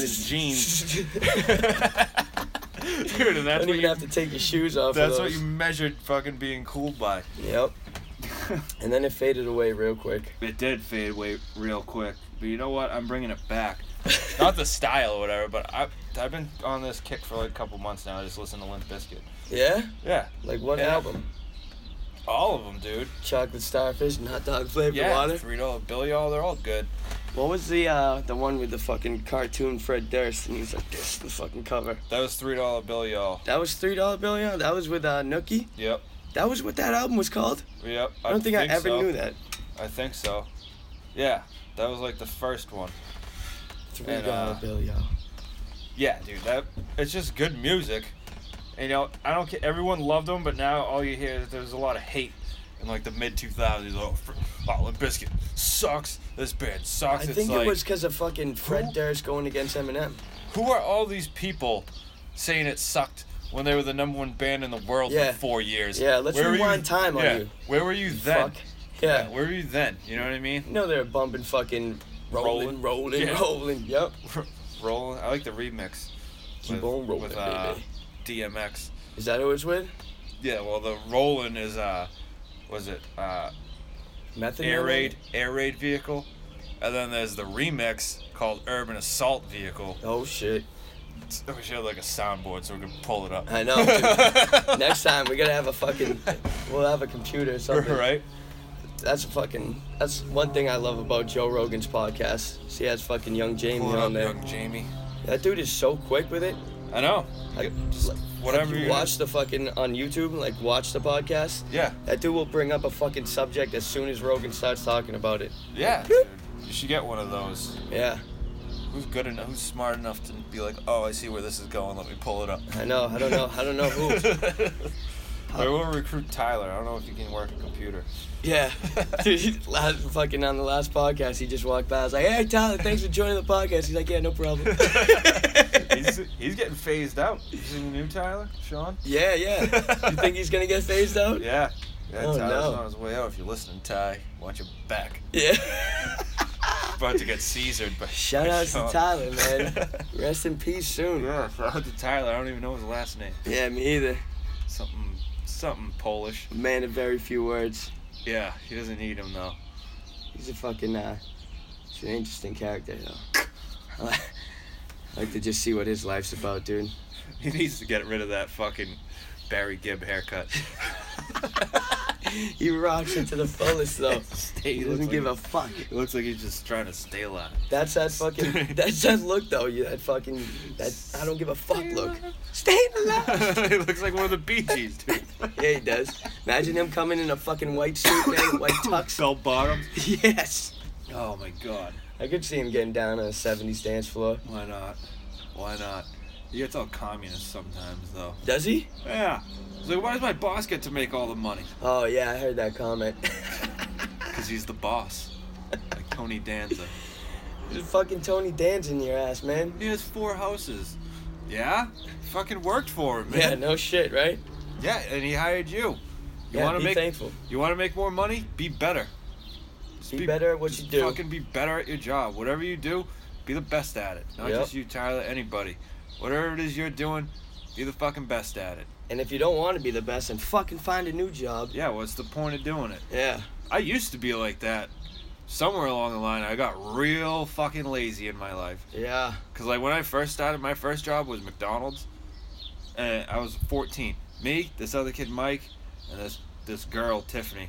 [SPEAKER 2] his jeans. Dude, and
[SPEAKER 1] I
[SPEAKER 2] that's
[SPEAKER 1] don't
[SPEAKER 2] what
[SPEAKER 1] even
[SPEAKER 2] you,
[SPEAKER 1] have to take your shoes off.
[SPEAKER 2] that's
[SPEAKER 1] of
[SPEAKER 2] what
[SPEAKER 1] those.
[SPEAKER 2] you measured fucking being cool by.
[SPEAKER 1] Yep. and then it faded away real quick.
[SPEAKER 2] It did fade away real quick, but you know what? I'm bringing it back. Not the style or whatever, but I I've been on this kick for like a couple months now. I just listen to Limp Bizkit.
[SPEAKER 1] Yeah?
[SPEAKER 2] Yeah,
[SPEAKER 1] Like what
[SPEAKER 2] Yeah.
[SPEAKER 1] album?
[SPEAKER 2] all of them, dude.
[SPEAKER 1] Chocolate starfish and hot dog flavored
[SPEAKER 2] Yeah,
[SPEAKER 1] water.
[SPEAKER 2] three dollar Billy, all they're all good.
[SPEAKER 1] What was the uh the one with the fucking cartoon Fred Durst and he was like this is the fucking cover.
[SPEAKER 2] That was three dollar Billy, y'all.
[SPEAKER 1] That was three dollar billion. That was with uh Nookie.
[SPEAKER 2] Yep,
[SPEAKER 1] That was what that album was called.
[SPEAKER 2] yep.
[SPEAKER 1] I don't think, I ever
[SPEAKER 2] so.
[SPEAKER 1] knew that.
[SPEAKER 2] I think so. Yeah, that was like the first one.
[SPEAKER 1] Three
[SPEAKER 2] And,
[SPEAKER 1] dollar
[SPEAKER 2] uh,
[SPEAKER 1] billion.
[SPEAKER 2] Yeah, dude, that it's just good music. And, you know, I don't care. Everyone loved them, but now all you hear is there's a lot of hate in like the mid 2000s. Oh, fr- oh, Limp Bizkit sucks. This band sucks.
[SPEAKER 1] I
[SPEAKER 2] it's
[SPEAKER 1] think
[SPEAKER 2] like,
[SPEAKER 1] it was because of fucking Fred
[SPEAKER 2] Who-
[SPEAKER 1] Durst going against Eminem.
[SPEAKER 2] who are all these people saying it sucked when they were the number one band in the world
[SPEAKER 1] Yeah.
[SPEAKER 2] for four years?
[SPEAKER 1] Yeah, let's
[SPEAKER 2] were
[SPEAKER 1] rewind time on
[SPEAKER 2] yeah,
[SPEAKER 1] you.
[SPEAKER 2] Where were you then?
[SPEAKER 1] Fuck. Yeah.
[SPEAKER 2] Where were you then? You know what I mean?
[SPEAKER 1] No, they're bumping fucking rolling,
[SPEAKER 2] Rolling.
[SPEAKER 1] rolling,
[SPEAKER 2] Yeah.
[SPEAKER 1] rolling. Yep.
[SPEAKER 2] Rolling. I like the remix.
[SPEAKER 1] Keep
[SPEAKER 2] with,
[SPEAKER 1] on rolling,
[SPEAKER 2] with, uh,
[SPEAKER 1] baby.
[SPEAKER 2] DMX.
[SPEAKER 1] Is that who it's with?
[SPEAKER 2] Yeah, well, the rolling is uh, was it uh,
[SPEAKER 1] Method
[SPEAKER 2] air
[SPEAKER 1] Man?
[SPEAKER 2] raid air raid vehicle, and then there's the remix called Urban Assault Vehicle.
[SPEAKER 1] Oh shit.
[SPEAKER 2] I wish I had like a soundboard so we could pull it up.
[SPEAKER 1] I know, dude. Next time we gotta have a fucking, we'll have a computer or something.
[SPEAKER 2] right?
[SPEAKER 1] That's a fucking. That's one thing I love about Joe Rogan's podcast. She has fucking young Jamie
[SPEAKER 2] Pull it
[SPEAKER 1] on
[SPEAKER 2] up,
[SPEAKER 1] there.
[SPEAKER 2] young Jamie.
[SPEAKER 1] That dude is so quick with it.
[SPEAKER 2] I know.
[SPEAKER 1] Like,
[SPEAKER 2] Just
[SPEAKER 1] like,
[SPEAKER 2] whatever
[SPEAKER 1] you
[SPEAKER 2] you-
[SPEAKER 1] watch the fucking on YouTube, like watch the podcast.
[SPEAKER 2] Yeah,
[SPEAKER 1] That dude will bring up a fucking subject as soon as Rogan starts talking about it.
[SPEAKER 2] yeah. Dude. You should get one of those.
[SPEAKER 1] Yeah,
[SPEAKER 2] Who's good enough? Who's smart enough to be like, oh, I see where this is going. Let me pull it up.
[SPEAKER 1] I know. I don't know. I don't know who.
[SPEAKER 2] I will recruit Tyler. I don't know if you can work a computer.
[SPEAKER 1] Yeah, dude. Last fucking on the last podcast, he just walked by. I was like, "Hey, Tyler, thanks for joining the podcast." He's like, "Yeah, no problem."
[SPEAKER 2] he's, he's getting phased out. You seen the new Tyler, Sean?
[SPEAKER 1] yeah, yeah. You think he's gonna get phased out?
[SPEAKER 2] Yeah. Yeah,
[SPEAKER 1] Oh,
[SPEAKER 2] Tyler's
[SPEAKER 1] no.
[SPEAKER 2] on his way out. If you're listening, Ty, watch your back.
[SPEAKER 1] Yeah.
[SPEAKER 2] About to get Caesared by
[SPEAKER 1] Shout
[SPEAKER 2] by
[SPEAKER 1] outs to
[SPEAKER 2] Sean.
[SPEAKER 1] Tyler, man. Rest in peace soon.
[SPEAKER 2] yeah, shout out to Tyler. I don't even know his last name.
[SPEAKER 1] Yeah, me either.
[SPEAKER 2] Something, something Polish.
[SPEAKER 1] A man of very few words.
[SPEAKER 2] Yeah, he doesn't need him though.
[SPEAKER 1] He's a fucking, uh, he's an interesting character, though. I like- I like to just see what his life's about, dude.
[SPEAKER 2] He needs to get rid of that fucking Barry Gibb haircut.
[SPEAKER 1] He rocks it to the fullest, though.
[SPEAKER 2] Stay-
[SPEAKER 1] He doesn't
[SPEAKER 2] looks
[SPEAKER 1] give a
[SPEAKER 2] like,
[SPEAKER 1] fuck.
[SPEAKER 2] It looks like he's just trying to stay alive.
[SPEAKER 1] That's that fucking, that's that look, though. You That fucking, that I don't give a fuck look. Stay alive.
[SPEAKER 2] he looks like one of the Bee Gees, dude.
[SPEAKER 1] Yeah, he does. Imagine him coming in a fucking white suit, man, white tux.
[SPEAKER 2] Bell bottoms.
[SPEAKER 1] Yes.
[SPEAKER 2] Oh my god.
[SPEAKER 1] I could see him getting down on a 70s dance floor.
[SPEAKER 2] Why not? Why not? You get all communist sometimes, though.
[SPEAKER 1] Does he?
[SPEAKER 2] Yeah. It's like, why does my boss get to make all the money?
[SPEAKER 1] Oh yeah, I heard that comment.
[SPEAKER 2] Because he's the boss. Like Tony Danza.
[SPEAKER 1] There's fucking Tony Dan's in your ass, man.
[SPEAKER 2] He has four houses. Yeah? Fucking worked for him,
[SPEAKER 1] Yeah,
[SPEAKER 2] man.
[SPEAKER 1] no shit, right?
[SPEAKER 2] Yeah, and he hired you. You
[SPEAKER 1] yeah,
[SPEAKER 2] wanna
[SPEAKER 1] be
[SPEAKER 2] make
[SPEAKER 1] thankful.
[SPEAKER 2] you wanna make more money? Be better. Just
[SPEAKER 1] Be better at what
[SPEAKER 2] just
[SPEAKER 1] you do.
[SPEAKER 2] Fucking be better at your job. Whatever you do, be the best at it. Not
[SPEAKER 1] Yep.
[SPEAKER 2] just you, Tyler, anybody. Whatever it is you're doing, be the fucking best at it.
[SPEAKER 1] And if you don't want to be the best, then fucking find a new job.
[SPEAKER 2] Yeah, what's the point of doing it?
[SPEAKER 1] Yeah.
[SPEAKER 2] I used to be like that. Somewhere along the line, I got real fucking lazy in my life.
[SPEAKER 1] Yeah.
[SPEAKER 2] Cause like when I first started, my first job was McDonald's, and I was 14. Me, this other kid Mike, and this this girl Tiffany.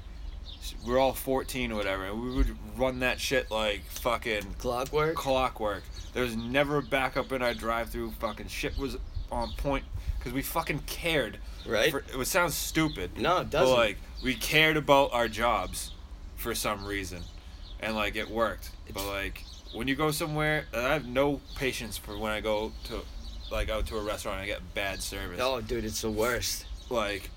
[SPEAKER 2] She- We're all 14 or whatever, and we would run that shit like fucking
[SPEAKER 1] Clockwork.
[SPEAKER 2] clockwork. There was never a backup in our drive-through. Fucking shit was on point, cause we fucking cared.
[SPEAKER 1] Right?
[SPEAKER 2] For, it sounds stupid.
[SPEAKER 1] No, it
[SPEAKER 2] But
[SPEAKER 1] doesn't.
[SPEAKER 2] like we cared about our jobs for some reason, and like it worked.
[SPEAKER 1] It's-
[SPEAKER 2] But like when you go somewhere, and I have no patience for when I go to like out to a restaurant and I get bad service.
[SPEAKER 1] oh, dude, it's the worst.
[SPEAKER 2] Like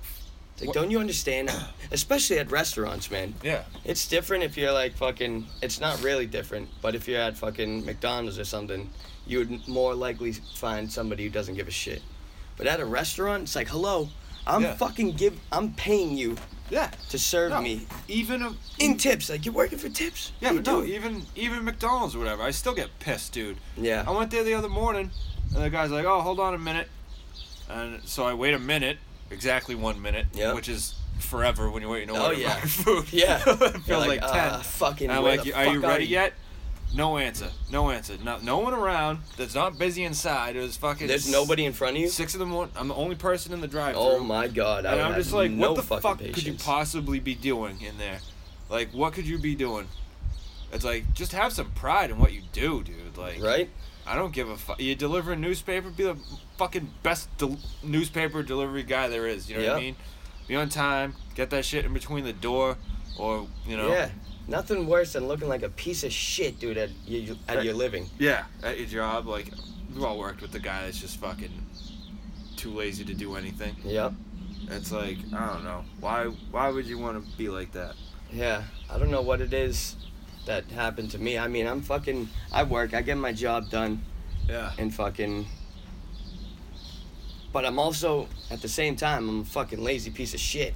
[SPEAKER 1] It's like,
[SPEAKER 2] What-
[SPEAKER 1] don't you understand? Especially at restaurants, man.
[SPEAKER 2] Yeah.
[SPEAKER 1] It's different if you're like fucking. It's not really different, but if you're at fucking McDonald's or something, you would more likely find somebody who doesn't give a shit. But at a restaurant, it's like, hello, I'm
[SPEAKER 2] Yeah.
[SPEAKER 1] fucking give. I'm paying you
[SPEAKER 2] Yeah.
[SPEAKER 1] to serve
[SPEAKER 2] No,
[SPEAKER 1] me
[SPEAKER 2] Even a
[SPEAKER 1] in tips. Like you're working for tips.
[SPEAKER 2] Yeah,
[SPEAKER 1] What
[SPEAKER 2] but
[SPEAKER 1] are you
[SPEAKER 2] no,
[SPEAKER 1] doing?
[SPEAKER 2] even even McDonald's or whatever, I still get pissed, dude.
[SPEAKER 1] Yeah.
[SPEAKER 2] I went there the other morning, and the guy's like, "Oh, hold on a minute," and so I wait a minute, exactly one minute,
[SPEAKER 1] Yeah.
[SPEAKER 2] which is forever when you're waiting to
[SPEAKER 1] Oh,
[SPEAKER 2] order
[SPEAKER 1] yeah.
[SPEAKER 2] my food.
[SPEAKER 1] Yeah.
[SPEAKER 2] it
[SPEAKER 1] You're
[SPEAKER 2] feels like, ten.
[SPEAKER 1] "Uh, fucking.
[SPEAKER 2] and I'm
[SPEAKER 1] where
[SPEAKER 2] like,
[SPEAKER 1] the
[SPEAKER 2] "Are you
[SPEAKER 1] fuck
[SPEAKER 2] ready yet?" No answer. No answer. Not no one around. That's not busy inside. It was fucking.
[SPEAKER 1] There's nobody in front of you.
[SPEAKER 2] Six in the morning. I'm the only person in the drive-through.
[SPEAKER 1] Oh my god! I
[SPEAKER 2] And
[SPEAKER 1] would
[SPEAKER 2] I'm
[SPEAKER 1] have
[SPEAKER 2] just like,
[SPEAKER 1] no
[SPEAKER 2] what the
[SPEAKER 1] fucking
[SPEAKER 2] fuck
[SPEAKER 1] patience.
[SPEAKER 2] could you possibly be doing in there? Like, what could you be doing? It's like, just have some pride in what you do, dude. Like,
[SPEAKER 1] Right?
[SPEAKER 2] I don't give a fuck. You deliver a newspaper, be the fucking best del- newspaper delivery guy there is. You know what I
[SPEAKER 1] Yeah.
[SPEAKER 2] mean? Be on time. Get that shit in between the door, or you know.
[SPEAKER 1] Yeah. Nothing worse than looking like a piece of shit, dude, at, you, at
[SPEAKER 2] Right.
[SPEAKER 1] your living.
[SPEAKER 2] Yeah. At your job, like, we've all worked with the guy that's just fucking too lazy to do anything.
[SPEAKER 1] Yep.
[SPEAKER 2] It's like, I don't know. Why? Why would you want to be like that?
[SPEAKER 1] Yeah, I don't know what it is that happened to me. I mean, I'm fucking. I work. I get my job done,
[SPEAKER 2] Yeah.
[SPEAKER 1] and fucking. But I'm also at the same time I'm a fucking lazy piece of shit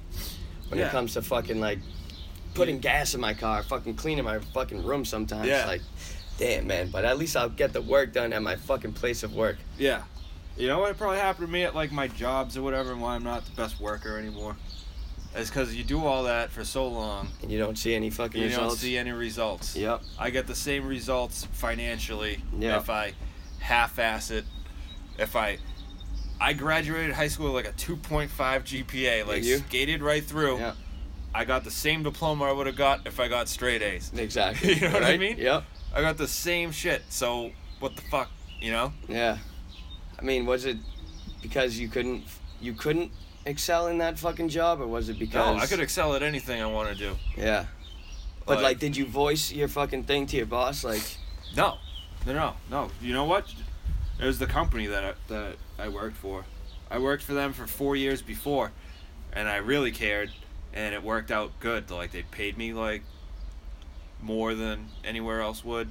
[SPEAKER 1] when
[SPEAKER 2] Yeah.
[SPEAKER 1] it comes to fucking like putting gas in my car, fucking cleaning my fucking room sometimes.
[SPEAKER 2] Yeah.
[SPEAKER 1] Like, damn man. But at least I'll get the work done at my fucking place of work.
[SPEAKER 2] Yeah. You know what probably happened to me at like my jobs or whatever and why I'm not the best worker anymore? Is because you do all that for so long,
[SPEAKER 1] And you don't see any fucking
[SPEAKER 2] you
[SPEAKER 1] results.
[SPEAKER 2] don't see any results.
[SPEAKER 1] Yep.
[SPEAKER 2] I get the same results financially
[SPEAKER 1] Yeah.
[SPEAKER 2] if I half ass it. If I I graduated high school with like a 2.5 GPA, like
[SPEAKER 1] you?
[SPEAKER 2] skated right through.
[SPEAKER 1] Yeah.
[SPEAKER 2] I got the same diploma I would have got if I got straight A's.
[SPEAKER 1] Exactly.
[SPEAKER 2] You know what I
[SPEAKER 1] Right?
[SPEAKER 2] mean?
[SPEAKER 1] Yep.
[SPEAKER 2] I got the same shit. So what the fuck, you know?
[SPEAKER 1] Yeah. I mean, was it because you couldn't you couldn't excel in that fucking job or was it because
[SPEAKER 2] No, I could excel at anything I want to do.
[SPEAKER 1] Yeah. But
[SPEAKER 2] Like-
[SPEAKER 1] like, did you voice your fucking thing to your boss like
[SPEAKER 2] No, no, no, no. You know what? It was the company that I, that I worked for. I worked for them for four years before, and I really cared, and it worked out good. Like they paid me like more than anywhere else would,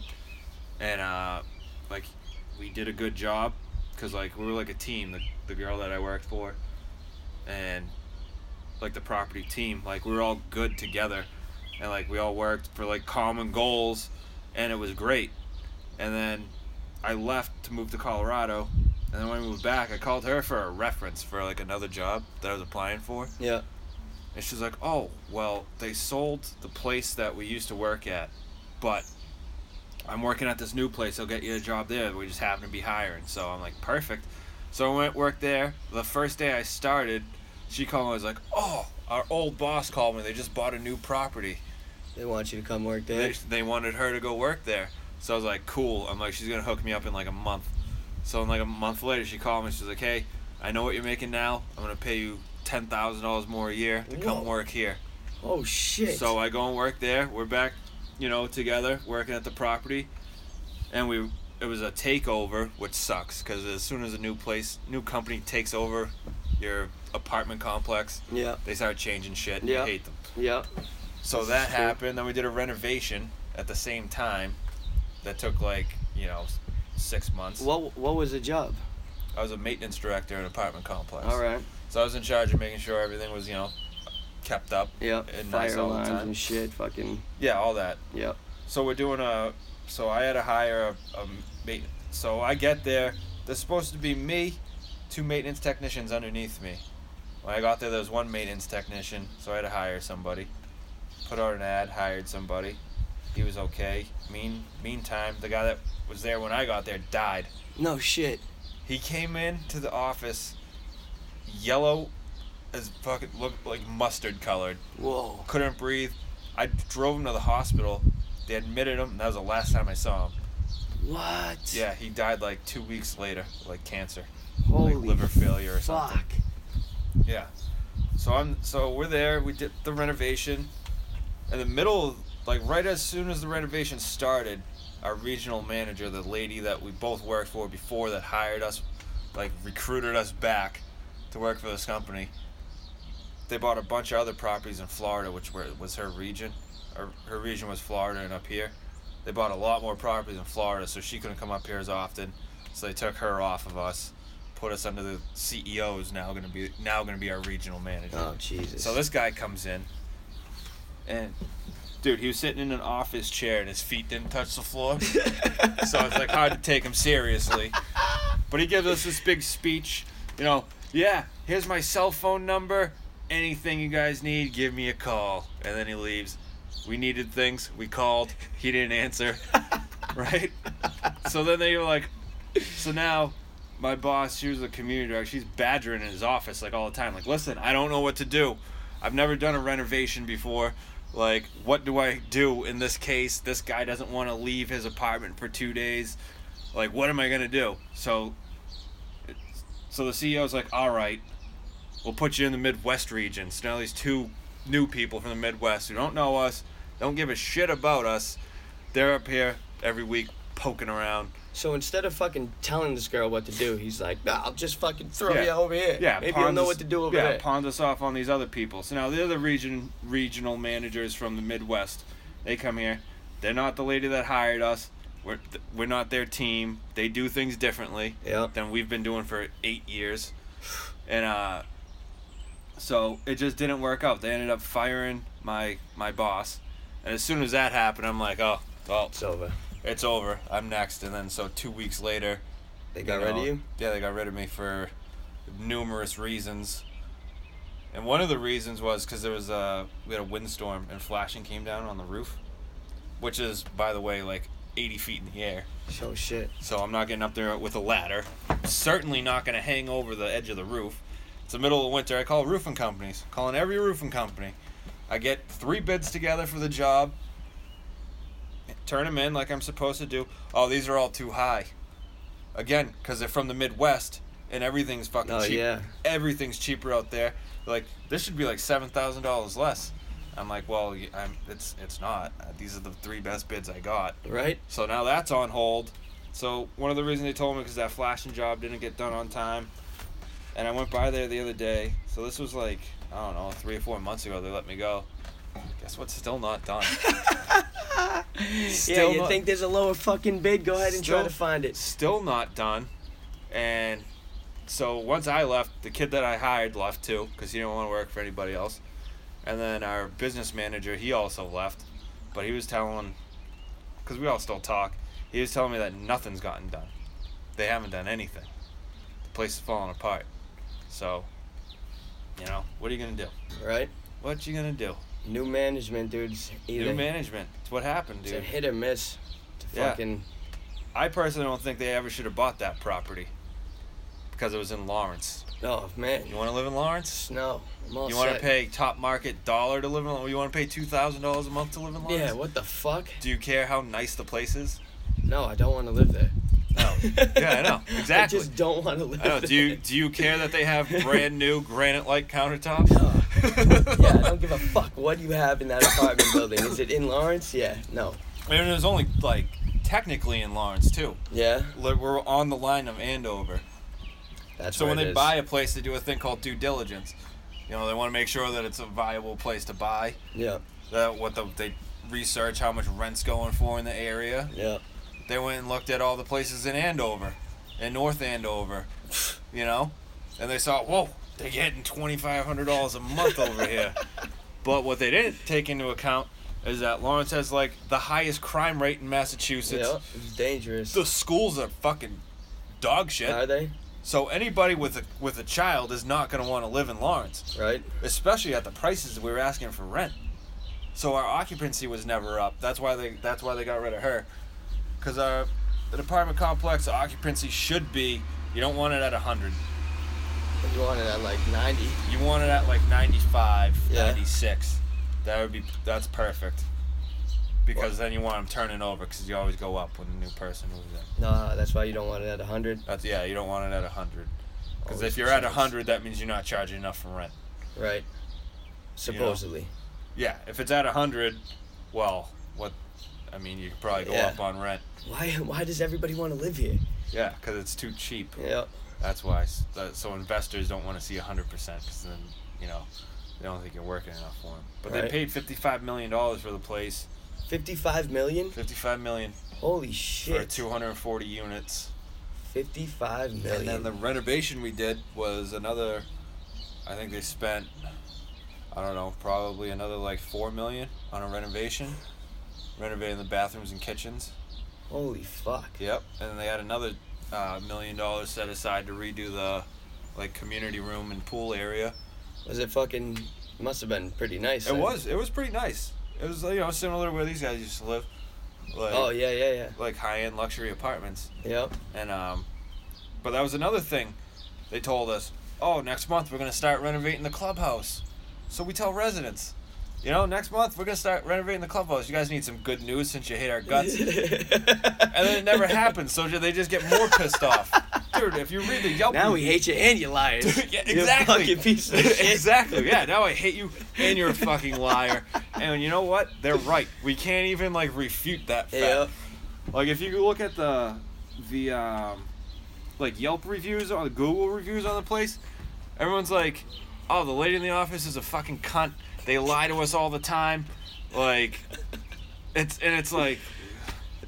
[SPEAKER 2] and uh, like we did a good job, cause like we were like a team. The the girl that I worked for, and like the property team, like we were all good together, and like we all worked for like common goals, and it was great. And then I left to move to Colorado. And then when I moved back, I called her for a reference for like another job that I was applying for.
[SPEAKER 1] Yeah.
[SPEAKER 2] And she's like, "Oh, well, they sold the place that we used to work at, but I'm working at this new place. I'll get you a job there. We just happen to be hiring." So I'm like, "Perfect." So I went work there. The first day I started, she called me. I was like, "Oh, our old boss called me. They just bought a new property.
[SPEAKER 1] They want you to come work there.
[SPEAKER 2] They, they wanted her to go work there." So I was like, "Cool." I'm like, "She's gonna hook me up in like a month." So in like a month later, she called me. She's like, "Hey, I know what you're making now. I'm gonna pay you ten thousand dollars more a year to
[SPEAKER 1] Whoa.
[SPEAKER 2] come work here."
[SPEAKER 1] oh shit.
[SPEAKER 2] So I go and work there. We're back, you know, together working at the property, and we it was a takeover, which sucks because as soon as a new place, new company takes over your apartment complex,
[SPEAKER 1] yeah.
[SPEAKER 2] they start changing shit.
[SPEAKER 1] Yeah.
[SPEAKER 2] You hate them.
[SPEAKER 1] Yeah.
[SPEAKER 2] So that happened. Then we did a renovation at the same time. That took like you know s- six months.
[SPEAKER 1] What what was the job?
[SPEAKER 2] I was a maintenance director in an apartment complex.
[SPEAKER 1] All right.
[SPEAKER 2] So I was in charge of making sure everything was you know kept up.
[SPEAKER 1] Yeah.
[SPEAKER 2] And
[SPEAKER 1] Fire
[SPEAKER 2] nice all the
[SPEAKER 1] alarms
[SPEAKER 2] time.
[SPEAKER 1] and shit. Fucking.
[SPEAKER 2] Yeah, all that.
[SPEAKER 1] Yep.
[SPEAKER 2] So we're doing a. So I had to hire a, a ma- So I get there. There's supposed to be me, two maintenance technicians underneath me. When I got there, there was one maintenance technician, so I had to hire somebody. Put out an ad, hired somebody. He was okay. Mean, meantime, the guy that was there when I got there died.
[SPEAKER 1] No shit.
[SPEAKER 2] He came in to the office, yellow, as fucking looked like mustard colored
[SPEAKER 1] Whoa.
[SPEAKER 2] couldn't breathe. I drove him to the hospital. They admitted him. And that was the last time I saw him.
[SPEAKER 1] What?
[SPEAKER 2] Yeah, he died like two weeks later, like cancer,
[SPEAKER 1] Holy
[SPEAKER 2] like liver failure or
[SPEAKER 1] fuck.
[SPEAKER 2] something. Yeah. So I'm. So we're there. We did the renovation. In the middle, of- like right as soon as the renovation started, our regional manager, the lady that we both worked for before that hired us, like recruited us back to work for this company. they bought a bunch of other properties in Florida, which were, was her region. Her, her region was Florida and up here. They bought a lot more properties in Florida, so she couldn't come up here as often. So they took her off of us, put us under the CEO is now gonna be now gonna be our regional manager.
[SPEAKER 1] Oh Jesus.
[SPEAKER 2] So this guy comes in, and dude, he was sitting in an office chair and his feet didn't touch the floor. so it's like hard to take him seriously. But he gives us this big speech, you know, yeah, here's my cell phone number. Anything you guys need, give me a call. And then he leaves. We needed things, we called, he didn't answer. right? So then they were like, so now my boss, she was a community director, she's badgering in his office like all the time. Like, listen, I don't know what to do. I've never done a renovation before. Like, what do I do in this case? This guy doesn't want to leave his apartment for two days. Like, what am I gonna do? So, it's- so the CEO's like, all right, we'll put you in the Midwest region. So now these two new people from the Midwest who don't know us, don't give a shit about us, they're up here every week poking around.
[SPEAKER 1] So instead of fucking telling this girl what to do, he's like, nah, I'll just fucking throw
[SPEAKER 2] Yeah.
[SPEAKER 1] you over here.
[SPEAKER 2] Yeah,
[SPEAKER 1] Maybe
[SPEAKER 2] pawns
[SPEAKER 1] you'll know
[SPEAKER 2] us-
[SPEAKER 1] what to do over
[SPEAKER 2] yeah,
[SPEAKER 1] there.
[SPEAKER 2] pawns us off on these other people. So now the other region regional managers from the Midwest, they come here. They're not the lady that hired us. We're th- we're not their team. They do things differently
[SPEAKER 1] Yeah.
[SPEAKER 2] than we've been doing for eight years, and uh, so it just didn't work out. They ended up firing my my boss, and as soon as that happened, I'm like, oh well,
[SPEAKER 1] It's over.
[SPEAKER 2] it's over. I'm next. And then so two weeks later,
[SPEAKER 1] They got rid of
[SPEAKER 2] know,
[SPEAKER 1] you?
[SPEAKER 2] Yeah, they got rid of me for numerous reasons. And one of the reasons was because there was a we had a windstorm and flashing came down on the roof, which is by the way like 80 feet in the air.
[SPEAKER 1] Oh shit.
[SPEAKER 2] So I'm not getting up there with a ladder. certainly not going to hang over the edge of the roof. It's the middle of winter. I call roofing companies, calling every roofing company. I get three bids together for the job, turn them in like I'm supposed to do. Oh, these are all too high. Again, because they're from the Midwest and everything's fucking
[SPEAKER 1] Oh,
[SPEAKER 2] cheap.
[SPEAKER 1] yeah.
[SPEAKER 2] Everything's cheaper out there. Like this should be like seven thousand dollars less. I'm like, well, y- I'm, it's it's not. Uh, These are the three best bids I got.
[SPEAKER 1] Right?
[SPEAKER 2] So now that's on hold. So one of the reasons they told me because that flashing job didn't get done on time. And I went by there the other day. So this was like I don't know three or four months ago. They let me go. Guess what's still not done? Still
[SPEAKER 1] yeah, you
[SPEAKER 2] not-
[SPEAKER 1] think there's a lower fucking bid, go ahead and try
[SPEAKER 2] Still-
[SPEAKER 1] to find it.
[SPEAKER 2] still not done. And so once I left, the kid that I hired left too because he didn't want to work for anybody else. And then our business manager, he also left, but he was telling, because we all still talk, he was telling me that nothing's gotten done. They haven't done anything. The place is falling apart. So, you know, what are you gonna do?
[SPEAKER 1] Right?
[SPEAKER 2] What you gonna do?
[SPEAKER 1] New management, dude. It's Either
[SPEAKER 2] New management. It's what happened,
[SPEAKER 1] it's a
[SPEAKER 2] dude.
[SPEAKER 1] hit or miss. It's a
[SPEAKER 2] Yeah.
[SPEAKER 1] fucking
[SPEAKER 2] I personally don't think they ever should have bought that property because it was in Lawrence.
[SPEAKER 1] Oh man.
[SPEAKER 2] You want to live in Lawrence?
[SPEAKER 1] No. I'm all
[SPEAKER 2] You want to
[SPEAKER 1] set.
[SPEAKER 2] pay top market dollar to live in Lawrence? You want to pay two thousand dollars a month to live in Lawrence?
[SPEAKER 1] Yeah, what the fuck?
[SPEAKER 2] Do you care how nice the place is?
[SPEAKER 1] No, I don't want to live there.
[SPEAKER 2] No. Yeah, I know. Exactly.
[SPEAKER 1] I just don't want to live
[SPEAKER 2] I know.
[SPEAKER 1] there.
[SPEAKER 2] Do you do you care that they have brand new granite-like countertops?
[SPEAKER 1] No. yeah, I don't give a fuck what you have in that apartment building. Is it in Lawrence? Yeah. No.
[SPEAKER 2] And it was only like technically in Lawrence too.
[SPEAKER 1] Yeah.
[SPEAKER 2] Like, We're on the line of Andover.
[SPEAKER 1] That's
[SPEAKER 2] So
[SPEAKER 1] where
[SPEAKER 2] when
[SPEAKER 1] it
[SPEAKER 2] they
[SPEAKER 1] is.
[SPEAKER 2] buy a place, they do a thing called due diligence. You know, they want to make sure that it's a viable place to buy.
[SPEAKER 1] Yeah.
[SPEAKER 2] That what the, they research how much rent's going for in the area.
[SPEAKER 1] Yeah.
[SPEAKER 2] They went and looked at all the places in Andover, in North Andover, you know, and they saw, whoa, they're getting twenty five hundred dollars a month over here. But what they didn't take into account is that Lawrence has like the highest crime rate in Massachusetts.
[SPEAKER 1] yeah. It's dangerous.
[SPEAKER 2] The schools are fucking dog shit.
[SPEAKER 1] Are they?
[SPEAKER 2] So anybody with a with a child is not gonna want to live in Lawrence
[SPEAKER 1] Right?
[SPEAKER 2] especially at the prices we were asking for rent. So our occupancy was never up. That's why they that's why they got rid of her. Cuz our the apartment complex occupancy should be you don't want it at 100.
[SPEAKER 1] You want it at like 90.
[SPEAKER 2] You want it at like 95,
[SPEAKER 1] Yeah.
[SPEAKER 2] 96. That would be that's perfect. Because then you want them turning over cuz you always go up when a new person moves in.
[SPEAKER 1] Nah, that's why you don't want it at 100.
[SPEAKER 2] That's yeah, you don't want it at 100. Cuz
[SPEAKER 1] Always
[SPEAKER 2] if you're at
[SPEAKER 1] percentage.
[SPEAKER 2] 100 that means you're not charging enough for rent.
[SPEAKER 1] Right. Supposedly.
[SPEAKER 2] Yeah, if it's at 100, well, what I mean, you could probably go
[SPEAKER 1] Yeah.
[SPEAKER 2] up on rent.
[SPEAKER 1] Why why does everybody want to live here?
[SPEAKER 2] Yeah, because it's too cheap.
[SPEAKER 1] Yeah.
[SPEAKER 2] That's why. s- that- So investors don't want to see 100% because then, you know, They don't think you're working enough for them. But they
[SPEAKER 1] Right.
[SPEAKER 2] paid fifty-five million dollars for the place.
[SPEAKER 1] 55 million?
[SPEAKER 2] Fifty-five million
[SPEAKER 1] Holy
[SPEAKER 2] for
[SPEAKER 1] shit.
[SPEAKER 2] two hundred and forty units.
[SPEAKER 1] 55 million.
[SPEAKER 2] And then the renovation we did was another. I think they spent, I don't know, probably another like four million on a renovation, renovating the bathrooms and kitchens.
[SPEAKER 1] Holy fuck.
[SPEAKER 2] Yep. And they had another uh, million dollars set aside to redo the, like community room and pool area.
[SPEAKER 1] Was it fucking. Must have been pretty nice.
[SPEAKER 2] It
[SPEAKER 1] then.
[SPEAKER 2] was. It was pretty nice. It was you know similar to where these guys used to live, like
[SPEAKER 1] Oh, yeah, yeah, yeah.
[SPEAKER 2] like high end luxury apartments.
[SPEAKER 1] Yep.
[SPEAKER 2] And um, but that was another thing. They told us, oh, next month we're gonna start renovating the clubhouse. So we tell residents, you know, next month we're gonna start renovating the clubhouse. You guys need some good news since you hate our guts. and then it never happens. So they just get more pissed off, dude. If you read the Yelp,
[SPEAKER 1] Now we
[SPEAKER 2] reviews-
[SPEAKER 1] hate you and you liars.
[SPEAKER 2] yeah,
[SPEAKER 1] You
[SPEAKER 2] exactly.
[SPEAKER 1] fucking piece of shit.
[SPEAKER 2] exactly. Yeah. Now I hate you, and you're a fucking liar. And you know what? They're right. We can't even like refute that fact.
[SPEAKER 1] Yeah.
[SPEAKER 2] Like if you look at the the um, like Yelp reviews or the Google reviews on the place, everyone's like, "Oh, the lady in the office is a fucking cunt. They lie to us all the time." Like, it's and it's like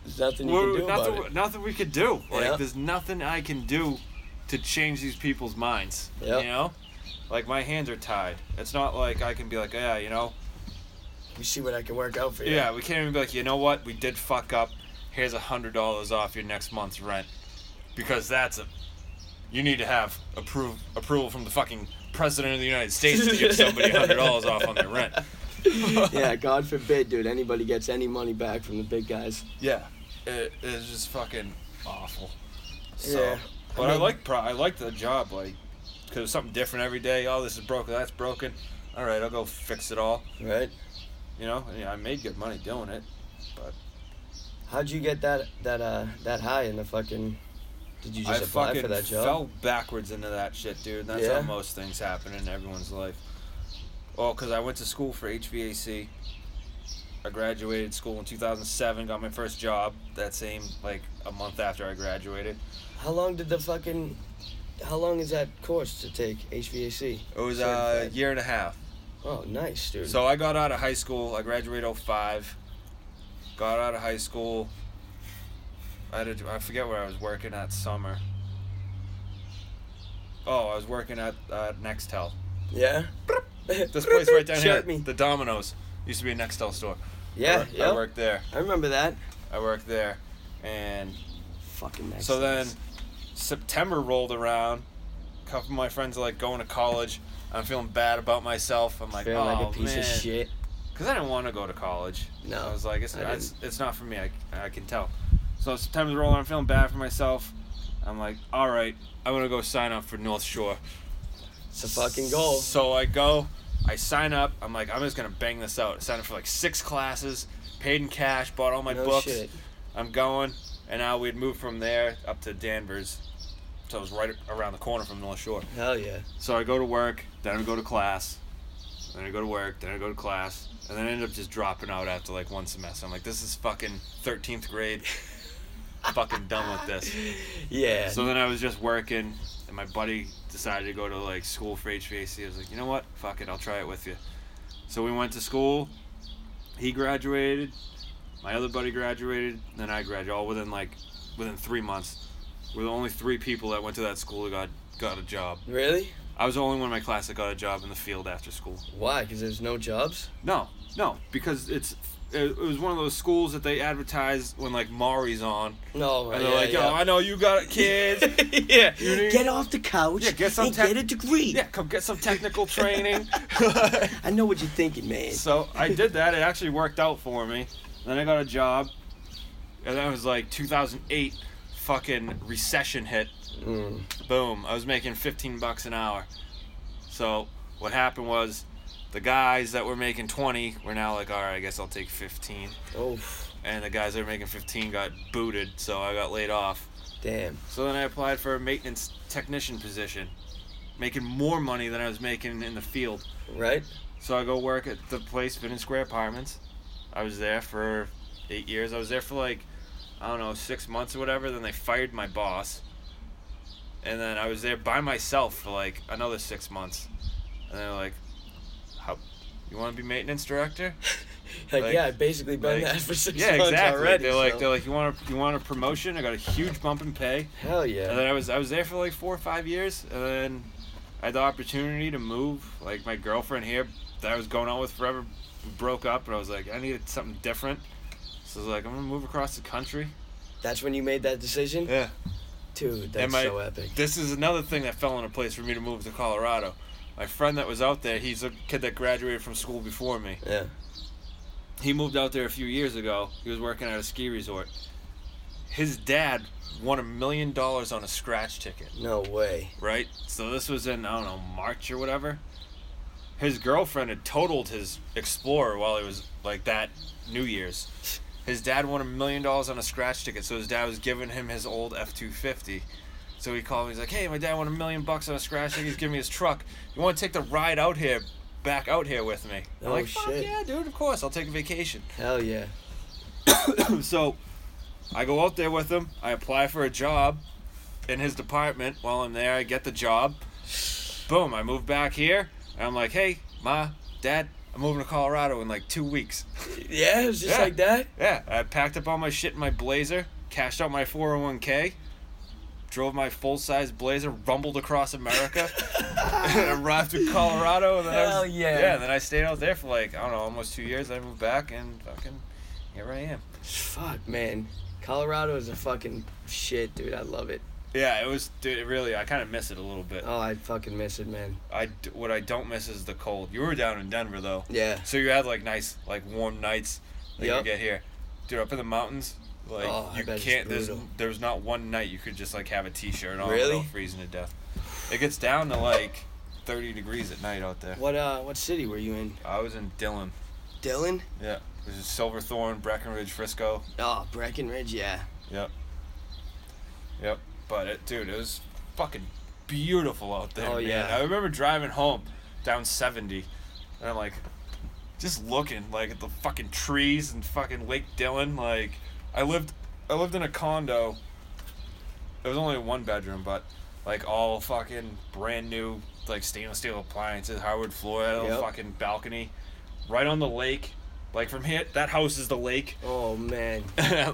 [SPEAKER 1] There's nothing you
[SPEAKER 2] we're-
[SPEAKER 1] can do
[SPEAKER 2] nothing,
[SPEAKER 1] about it.
[SPEAKER 2] nothing we could do. Like,
[SPEAKER 1] Yeah.
[SPEAKER 2] there's nothing I can do to change these people's minds.
[SPEAKER 1] Yeah.
[SPEAKER 2] You know, like my hands are tied. It's not like I can be like, yeah, you know,
[SPEAKER 1] You see what I can work out for
[SPEAKER 2] yeah,
[SPEAKER 1] you.
[SPEAKER 2] we can't even be like, you know what, we did fuck up. Here's a hundred dollars off your next month's rent, because that's a. You need to have approve approval from the fucking president of the United States to give somebody a hundred dollars off on their rent.
[SPEAKER 1] yeah, God forbid, dude, anybody gets any money back from the big guys.
[SPEAKER 2] Yeah, it, it's just fucking awful. So,
[SPEAKER 1] Yeah.
[SPEAKER 2] but I,
[SPEAKER 1] I mean-
[SPEAKER 2] like pro- I like the job, like, cause it's something different every day. Oh, this is broken, that's broken. All right, I'll go fix it all.
[SPEAKER 1] Right?
[SPEAKER 2] You know, and, yeah, I made good money doing it.
[SPEAKER 1] How'd you get that that uh that high in the fucking did you just
[SPEAKER 2] I
[SPEAKER 1] apply
[SPEAKER 2] fucking
[SPEAKER 1] for that job?
[SPEAKER 2] fell backwards into that shit, dude. And that's
[SPEAKER 1] Yeah?
[SPEAKER 2] how most things happen in everyone's life. Oh, cause I went to school for HVAC. I graduated school in 2007, got my first job that same like a month after I graduated.
[SPEAKER 1] How long did the fucking how long is that course to take HVAC?
[SPEAKER 2] It was uh,
[SPEAKER 1] Certified.
[SPEAKER 2] a year and a half.
[SPEAKER 1] Oh, nice, dude.
[SPEAKER 2] So I got out of high school. I graduated 05. Got out of high school. I had to, I forget where I was working that summer. Oh, I was working at uh, Nextel.
[SPEAKER 1] yeah.
[SPEAKER 2] This place right down here,
[SPEAKER 1] Shirt me.
[SPEAKER 2] the Domino's, used to be a Nextel store. I,
[SPEAKER 1] Yeah,
[SPEAKER 2] wor-
[SPEAKER 1] yeah.
[SPEAKER 2] I worked there.
[SPEAKER 1] I remember that.
[SPEAKER 2] I worked there, and
[SPEAKER 1] Fucking nice.
[SPEAKER 2] so then September rolled around. A couple of my friends are like going to college. I'm feeling bad about myself. I'm like,
[SPEAKER 1] feeling
[SPEAKER 2] oh
[SPEAKER 1] like a piece
[SPEAKER 2] man.
[SPEAKER 1] of shit.
[SPEAKER 2] Because I didn't want to go to college.
[SPEAKER 1] No,
[SPEAKER 2] I was like, it's,
[SPEAKER 1] I
[SPEAKER 2] it's, it's not for me. I, I can tell. So September's rolling. I'm feeling bad for myself. I'm like, all right, I'm going to go sign up for North Shore.
[SPEAKER 1] It's a fucking goal.
[SPEAKER 2] So I go, I sign up. I'm like, I'm just going to bang this out. I signed up for like six classes, paid in cash, bought all my
[SPEAKER 1] no
[SPEAKER 2] books.
[SPEAKER 1] shit.
[SPEAKER 2] I'm going. And now we'd moved from there up to Danvers. So it was right around the corner from North Shore.
[SPEAKER 1] Hell yeah.
[SPEAKER 2] So I go to work, then I go to class, then I go to work, then I go to class, and then I end up just dropping out after like one semester. I'm like, this is fucking 13th grade. fucking done with this.
[SPEAKER 1] Yeah.
[SPEAKER 2] So then I was just working, and my buddy decided to go to like school for HVAC. I was like, you know what? Fuck it, I'll try it with you. So we went to school. He graduated. My other buddy graduated. Then I graduated. All within like within three months. We're the only three people that went to that school that got got a job.
[SPEAKER 1] really?
[SPEAKER 2] I was the only one in my class that got a job in the field after school.
[SPEAKER 1] Why? Cuz there's no jobs?
[SPEAKER 2] No, no, because it's it, it was one of those schools that they advertise when like Mari's on,
[SPEAKER 1] No, Oh,
[SPEAKER 2] and
[SPEAKER 1] yeah,
[SPEAKER 2] they're like, "Yo,
[SPEAKER 1] yeah.
[SPEAKER 2] I know you got kids.
[SPEAKER 1] yeah.
[SPEAKER 2] You need-
[SPEAKER 1] Get off the couch
[SPEAKER 2] Yeah, get some
[SPEAKER 1] and
[SPEAKER 2] tech-
[SPEAKER 1] get a degree.
[SPEAKER 2] yeah, come get some technical training."
[SPEAKER 1] I know what you're thinking, man.
[SPEAKER 2] so I did that. It actually worked out for me. Then I got a job, and that was like 2008. Fucking recession hit.
[SPEAKER 1] Mm.
[SPEAKER 2] boom i was making 15 bucks an hour so what happened was the guys that were making 20 were now like all right i guess i'll take 15
[SPEAKER 1] Oh,
[SPEAKER 2] and the guys that were making 15 got booted so i got laid off
[SPEAKER 1] damn.
[SPEAKER 2] so then i applied for a maintenance technician position making more money than i was making in the field
[SPEAKER 1] Right?
[SPEAKER 2] so i go work at the place Vinton square apartments i was there for eight years i was there for like i don't know six months or whatever then they fired my boss and then I was there by myself for like another six months. And they were like, "How you want to be maintenance director?
[SPEAKER 1] Like,
[SPEAKER 2] Like-
[SPEAKER 1] yeah, I've basically been
[SPEAKER 2] like-
[SPEAKER 1] that for six
[SPEAKER 2] yeah,
[SPEAKER 1] months
[SPEAKER 2] exactly.
[SPEAKER 1] already.
[SPEAKER 2] they're like
[SPEAKER 1] so-
[SPEAKER 2] they're like you want a, you want a promotion? I got a huge bump in pay.
[SPEAKER 1] hell yeah.
[SPEAKER 2] And then I was I was there for like four or five years, and then I had the opportunity to move. Like my girlfriend here that I was going out with forever broke up, and I was like, I needed something different. So I was like, I'm gonna move across the country.
[SPEAKER 1] That's when you made that decision,
[SPEAKER 2] Yeah.
[SPEAKER 1] dude.
[SPEAKER 2] And
[SPEAKER 1] That's
[SPEAKER 2] my-
[SPEAKER 1] so epic.
[SPEAKER 2] This is another thing that fell into place for me to move to Colorado. My friend that was out there, he's a kid that graduated from school before me.
[SPEAKER 1] Yeah.
[SPEAKER 2] He moved out there a few years ago. He was working at a ski resort. His dad won a million dollars on a scratch ticket.
[SPEAKER 1] No way.
[SPEAKER 2] right? So this was in I don't know March or whatever. His girlfriend had totaled his Explorer while he was like that New Year's. His dad won a million dollars on a scratch ticket, so his dad was giving him his old F two fifty. So he called me. He's like, "Hey, my dad won a million bucks on a scratch ticket. He's giving me his truck. You want to take the ride out here, back out here with me?" I'm
[SPEAKER 1] Oh,
[SPEAKER 2] like, "Fuck
[SPEAKER 1] shit.
[SPEAKER 2] yeah, dude! Of course, I'll take a vacation."
[SPEAKER 1] Hell yeah.
[SPEAKER 2] so I go out there with him. I apply for a job in his department. While I'm there, I get the job. Boom, I move back here. And I'm like, hey, ma, dad, I'm moving to Colorado in like two weeks.
[SPEAKER 1] Yeah, it was just
[SPEAKER 2] Yeah.
[SPEAKER 1] like that.
[SPEAKER 2] yeah, I packed up all my shit in my blazer, cashed out my 401k, drove my full size blazer, rumbled across America, and arrived in Colorado. And then I
[SPEAKER 1] Hell
[SPEAKER 2] was,
[SPEAKER 1] yeah.
[SPEAKER 2] Yeah, and then I stayed out there for like, I don't know, almost two years. I moved back and fucking, here I am.
[SPEAKER 1] Fuck, man. Colorado is a fucking shit, dude. I love it.
[SPEAKER 2] Yeah, it was dude, it really. I kind of miss it a little bit.
[SPEAKER 1] Oh, I fucking miss it, man.
[SPEAKER 2] I d- what I don't miss is the cold. You were down in Denver though,
[SPEAKER 1] Yeah.
[SPEAKER 2] so you had like nice like warm nights that
[SPEAKER 1] Yep.
[SPEAKER 2] you get here. Dude, up in the mountains, like
[SPEAKER 1] Oh, I
[SPEAKER 2] you
[SPEAKER 1] bet it's
[SPEAKER 2] can't. There's
[SPEAKER 1] brutal.
[SPEAKER 2] there's not one night you could just like have a t-shirt on
[SPEAKER 1] Really?
[SPEAKER 2] without freezing to death. It gets down to like 30 degrees at night out there.
[SPEAKER 1] What uh, what city were you in?
[SPEAKER 2] I was in Dillon.
[SPEAKER 1] Dillon?
[SPEAKER 2] Yeah, which is Silverthorne, Breckenridge, Frisco.
[SPEAKER 1] Oh, Breckenridge, yeah.
[SPEAKER 2] Yep. But it, dude, it was fucking beautiful out there.
[SPEAKER 1] Oh,
[SPEAKER 2] man.
[SPEAKER 1] yeah.
[SPEAKER 2] I remember driving home down 70, and I'm like, just looking like at the fucking trees and fucking Lake Dillon. Like, I lived, I lived in a condo. It was only one bedroom, but like all fucking brand new, like stainless steel appliances, hardwood floor, had a
[SPEAKER 1] Yep.
[SPEAKER 2] fucking balcony, right on the lake. Like from here, that house is the lake,
[SPEAKER 1] Oh man.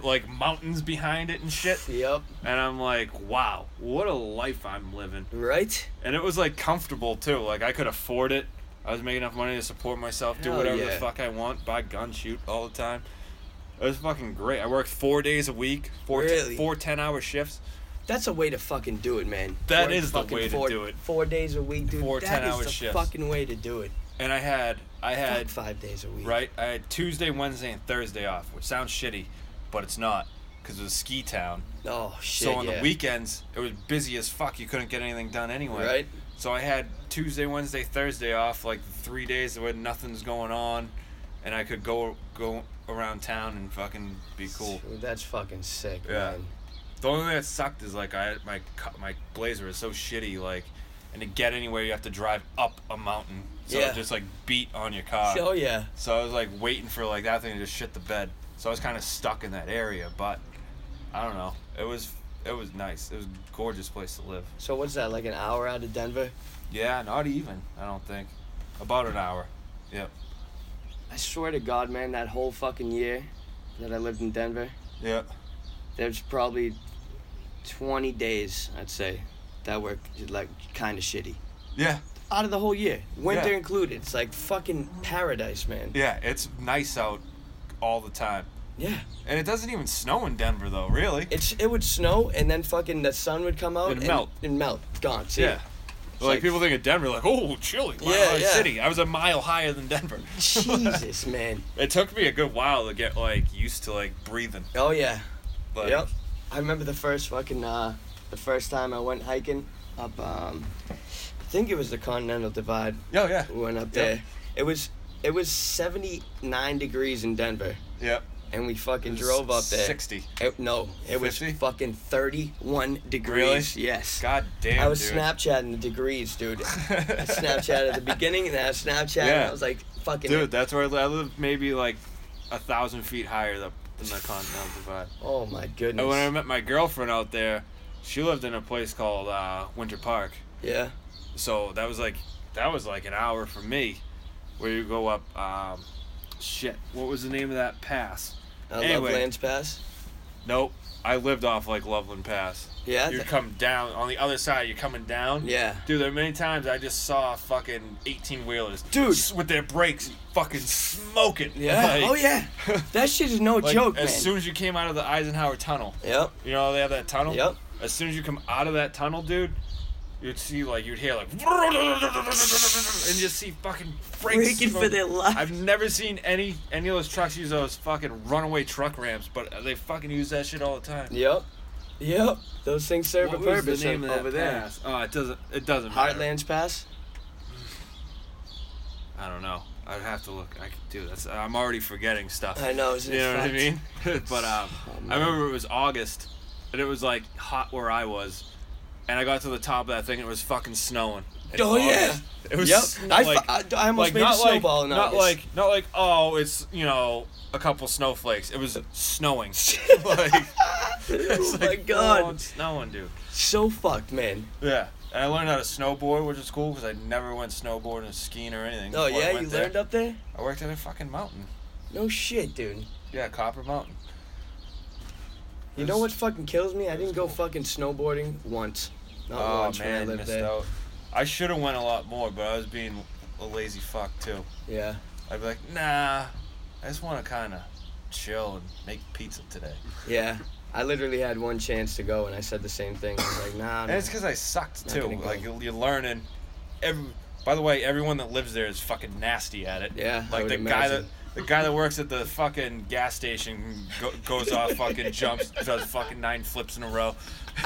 [SPEAKER 2] like mountains behind it and shit.
[SPEAKER 1] Yep.
[SPEAKER 2] And I'm like, wow, what a life I'm living.
[SPEAKER 1] Right?
[SPEAKER 2] And it was like comfortable too. Like I could afford it. I was making enough money to support myself, do
[SPEAKER 1] Hell
[SPEAKER 2] whatever the
[SPEAKER 1] yeah.
[SPEAKER 2] fuck I want, buy gun, shoot all the time. It was fucking great. I worked four days a week, four,
[SPEAKER 1] Really?
[SPEAKER 2] four 10 hour shifts.
[SPEAKER 1] That's a way to fucking do it, man.
[SPEAKER 2] That
[SPEAKER 1] That is
[SPEAKER 2] is the way to do it.
[SPEAKER 1] Four days a week, dude.
[SPEAKER 2] Four
[SPEAKER 1] That
[SPEAKER 2] 10-hour
[SPEAKER 1] is the
[SPEAKER 2] shifts.
[SPEAKER 1] fucking way to do it.
[SPEAKER 2] And I had, I
[SPEAKER 1] Fuck
[SPEAKER 2] had,
[SPEAKER 1] five days a week.
[SPEAKER 2] right? I had Tuesday, Wednesday, and Thursday off, which sounds shitty, but it's not because it was a ski town.
[SPEAKER 1] Oh shit.
[SPEAKER 2] So on
[SPEAKER 1] yeah.
[SPEAKER 2] the weekends, it was busy as fuck. You couldn't get anything done anyway.
[SPEAKER 1] Right?
[SPEAKER 2] So I had Tuesday, Wednesday, Thursday off, like three days when nothing's going on, and I could go go around town and fucking be cool.
[SPEAKER 1] Dude, that's fucking sick,
[SPEAKER 2] Yeah.
[SPEAKER 1] man.
[SPEAKER 2] The only thing that sucked is like I my co- my blazer is so shitty, like, and to get anywhere you have to drive up a mountain, so
[SPEAKER 1] Yeah.
[SPEAKER 2] it just like beat on your car.
[SPEAKER 1] oh yeah.
[SPEAKER 2] So I was like waiting for like that thing to just shit the bed. So I was kind of stuck in that area, but I don't know. It was it was nice. It was a gorgeous place to live.
[SPEAKER 1] So what's that, like an hour out of Denver?
[SPEAKER 2] Yeah, not even. I don't think. About an hour. Yep.
[SPEAKER 1] I swear to God, man, that whole fucking year that I lived in Denver,
[SPEAKER 2] Yep.
[SPEAKER 1] there's probably 20 days, I'd say, that were like kind of shitty.
[SPEAKER 2] Yeah.
[SPEAKER 1] Out of the whole year, winter
[SPEAKER 2] Yeah.
[SPEAKER 1] included. It's like fucking paradise, man.
[SPEAKER 2] Yeah, it's nice out all the time.
[SPEAKER 1] Yeah.
[SPEAKER 2] And it doesn't even snow in Denver though, really.
[SPEAKER 1] It's it would snow and then fucking the sun would come out
[SPEAKER 2] It'd melt.
[SPEAKER 1] and melt. Gone. See?
[SPEAKER 2] yeah. Like,
[SPEAKER 1] like-
[SPEAKER 2] people think of Denver like, oh, chilly, mile
[SPEAKER 1] Yeah,
[SPEAKER 2] high
[SPEAKER 1] yeah.
[SPEAKER 2] city. I was a mile higher than Denver.
[SPEAKER 1] Jesus, man.
[SPEAKER 2] It took me a good while to get like used to like breathing.
[SPEAKER 1] Oh yeah.
[SPEAKER 2] Like,
[SPEAKER 1] Yep. I remember the first fucking uh the first time I went hiking up um I think it was the Continental Divide
[SPEAKER 2] Oh yeah.
[SPEAKER 1] we went up
[SPEAKER 2] Yep.
[SPEAKER 1] there. It was it was 79 degrees in Denver
[SPEAKER 2] Yep.
[SPEAKER 1] and we fucking
[SPEAKER 2] It was
[SPEAKER 1] drove up there.
[SPEAKER 2] Sixty.
[SPEAKER 1] It- no, it was
[SPEAKER 2] 50?
[SPEAKER 1] fucking 31 degrees. Yes.
[SPEAKER 2] God damn.
[SPEAKER 1] I was
[SPEAKER 2] dude.
[SPEAKER 1] Snapchatting the degrees, dude. I Snapchat at the beginning, and then I Snapchat, and I
[SPEAKER 2] Yeah.
[SPEAKER 1] was like, fucking.
[SPEAKER 2] Dude, that's where I live. I live maybe like a thousand feet higher than than the continental divide.
[SPEAKER 1] Oh my goodness.
[SPEAKER 2] And when I met my girlfriend out there, she lived in a place called uh, Winter Park.
[SPEAKER 1] yeah.
[SPEAKER 2] So that was like that was like an hour from me. where you go up. Um, shit, what was the name of that pass?
[SPEAKER 1] I
[SPEAKER 2] Anyway.
[SPEAKER 1] love Lance Pass.
[SPEAKER 2] Nope, I lived off like Loveland Pass.
[SPEAKER 1] Yeah.
[SPEAKER 2] You
[SPEAKER 1] th-
[SPEAKER 2] come down on the other side. You're coming down.
[SPEAKER 1] yeah.
[SPEAKER 2] Dude, there are many times I just saw fucking 18 wheelers.
[SPEAKER 1] Dude.
[SPEAKER 2] With their brakes fucking smoking.
[SPEAKER 1] Yeah.
[SPEAKER 2] Like-
[SPEAKER 1] oh yeah. That shit is no
[SPEAKER 2] like,
[SPEAKER 1] joke, man.
[SPEAKER 2] As soon as you came out of the Eisenhower tunnel,
[SPEAKER 1] yep.
[SPEAKER 2] you know, they have that tunnel.
[SPEAKER 1] Yep.
[SPEAKER 2] As soon as you come out of that tunnel, dude, you'd see, like, you'd hear, like, and just see fucking brakes.
[SPEAKER 1] Breaking for
[SPEAKER 2] smoking.
[SPEAKER 1] their life.
[SPEAKER 2] I've never seen any any of those trucks use those fucking runaway truck ramps, but they fucking use that shit all the time.
[SPEAKER 1] Yep. Yep. Those things serve
[SPEAKER 2] What
[SPEAKER 1] a
[SPEAKER 2] was
[SPEAKER 1] purpose
[SPEAKER 2] the name
[SPEAKER 1] o-
[SPEAKER 2] of that
[SPEAKER 1] over there.
[SPEAKER 2] pass? Oh, it doesn't. It doesn't matter.
[SPEAKER 1] Heartlands Pass.
[SPEAKER 2] I don't know. I'd have to look. I could do this. I'm already forgetting stuff.
[SPEAKER 1] I know, isn't
[SPEAKER 2] You
[SPEAKER 1] it
[SPEAKER 2] know what I
[SPEAKER 1] fucked?
[SPEAKER 2] mean? but um, I
[SPEAKER 1] man.
[SPEAKER 2] remember it was August, and it was like hot where I was, and I got to the top of that thing, and it was fucking snowing. in
[SPEAKER 1] Oh, yeah.
[SPEAKER 2] August. It was.
[SPEAKER 1] Yep.
[SPEAKER 2] sn-
[SPEAKER 1] I,
[SPEAKER 2] like-
[SPEAKER 1] fu- I, I almost
[SPEAKER 2] like,
[SPEAKER 1] made a
[SPEAKER 2] not
[SPEAKER 1] snowball
[SPEAKER 2] like,
[SPEAKER 1] in
[SPEAKER 2] not
[SPEAKER 1] August.
[SPEAKER 2] like not like oh it's you know a couple snowflakes. It was snowing. like, it's
[SPEAKER 1] oh my
[SPEAKER 2] like,
[SPEAKER 1] god.
[SPEAKER 2] oh, it's snowing, dude.
[SPEAKER 1] So fucked, man.
[SPEAKER 2] Yeah, and I learned how to snowboard, which is cool because I never went snowboarding or skiing or anything.
[SPEAKER 1] Oh
[SPEAKER 2] before I
[SPEAKER 1] yeah,
[SPEAKER 2] went
[SPEAKER 1] you
[SPEAKER 2] there.
[SPEAKER 1] learned up there?
[SPEAKER 2] I worked at a fucking mountain.
[SPEAKER 1] No shit, dude.
[SPEAKER 2] Yeah, Copper Mountain.
[SPEAKER 1] You know what fucking kills me? I didn't go fucking snowboarding once. Not
[SPEAKER 2] Oh
[SPEAKER 1] once
[SPEAKER 2] man,
[SPEAKER 1] when I lived
[SPEAKER 2] missed
[SPEAKER 1] there.
[SPEAKER 2] out. I should have went a lot more, but I was being a lazy fuck too.
[SPEAKER 1] Yeah.
[SPEAKER 2] I'd be like, nah, I just want to kind of chill and make pizza today.
[SPEAKER 1] Yeah. I literally had one chance to go and I said the same thing. I was like, nah,
[SPEAKER 2] And
[SPEAKER 1] man.
[SPEAKER 2] it's because I sucked
[SPEAKER 1] Not
[SPEAKER 2] too.
[SPEAKER 1] gonna go.
[SPEAKER 2] Like you- you're learning. Every, by the way, everyone that lives there is fucking nasty at it.
[SPEAKER 1] Yeah, I
[SPEAKER 2] Like
[SPEAKER 1] would
[SPEAKER 2] the guy that
[SPEAKER 1] imagine.
[SPEAKER 2] the guy that works at the fucking gas station go, goes off fucking jumps, does fucking nine flips in a row.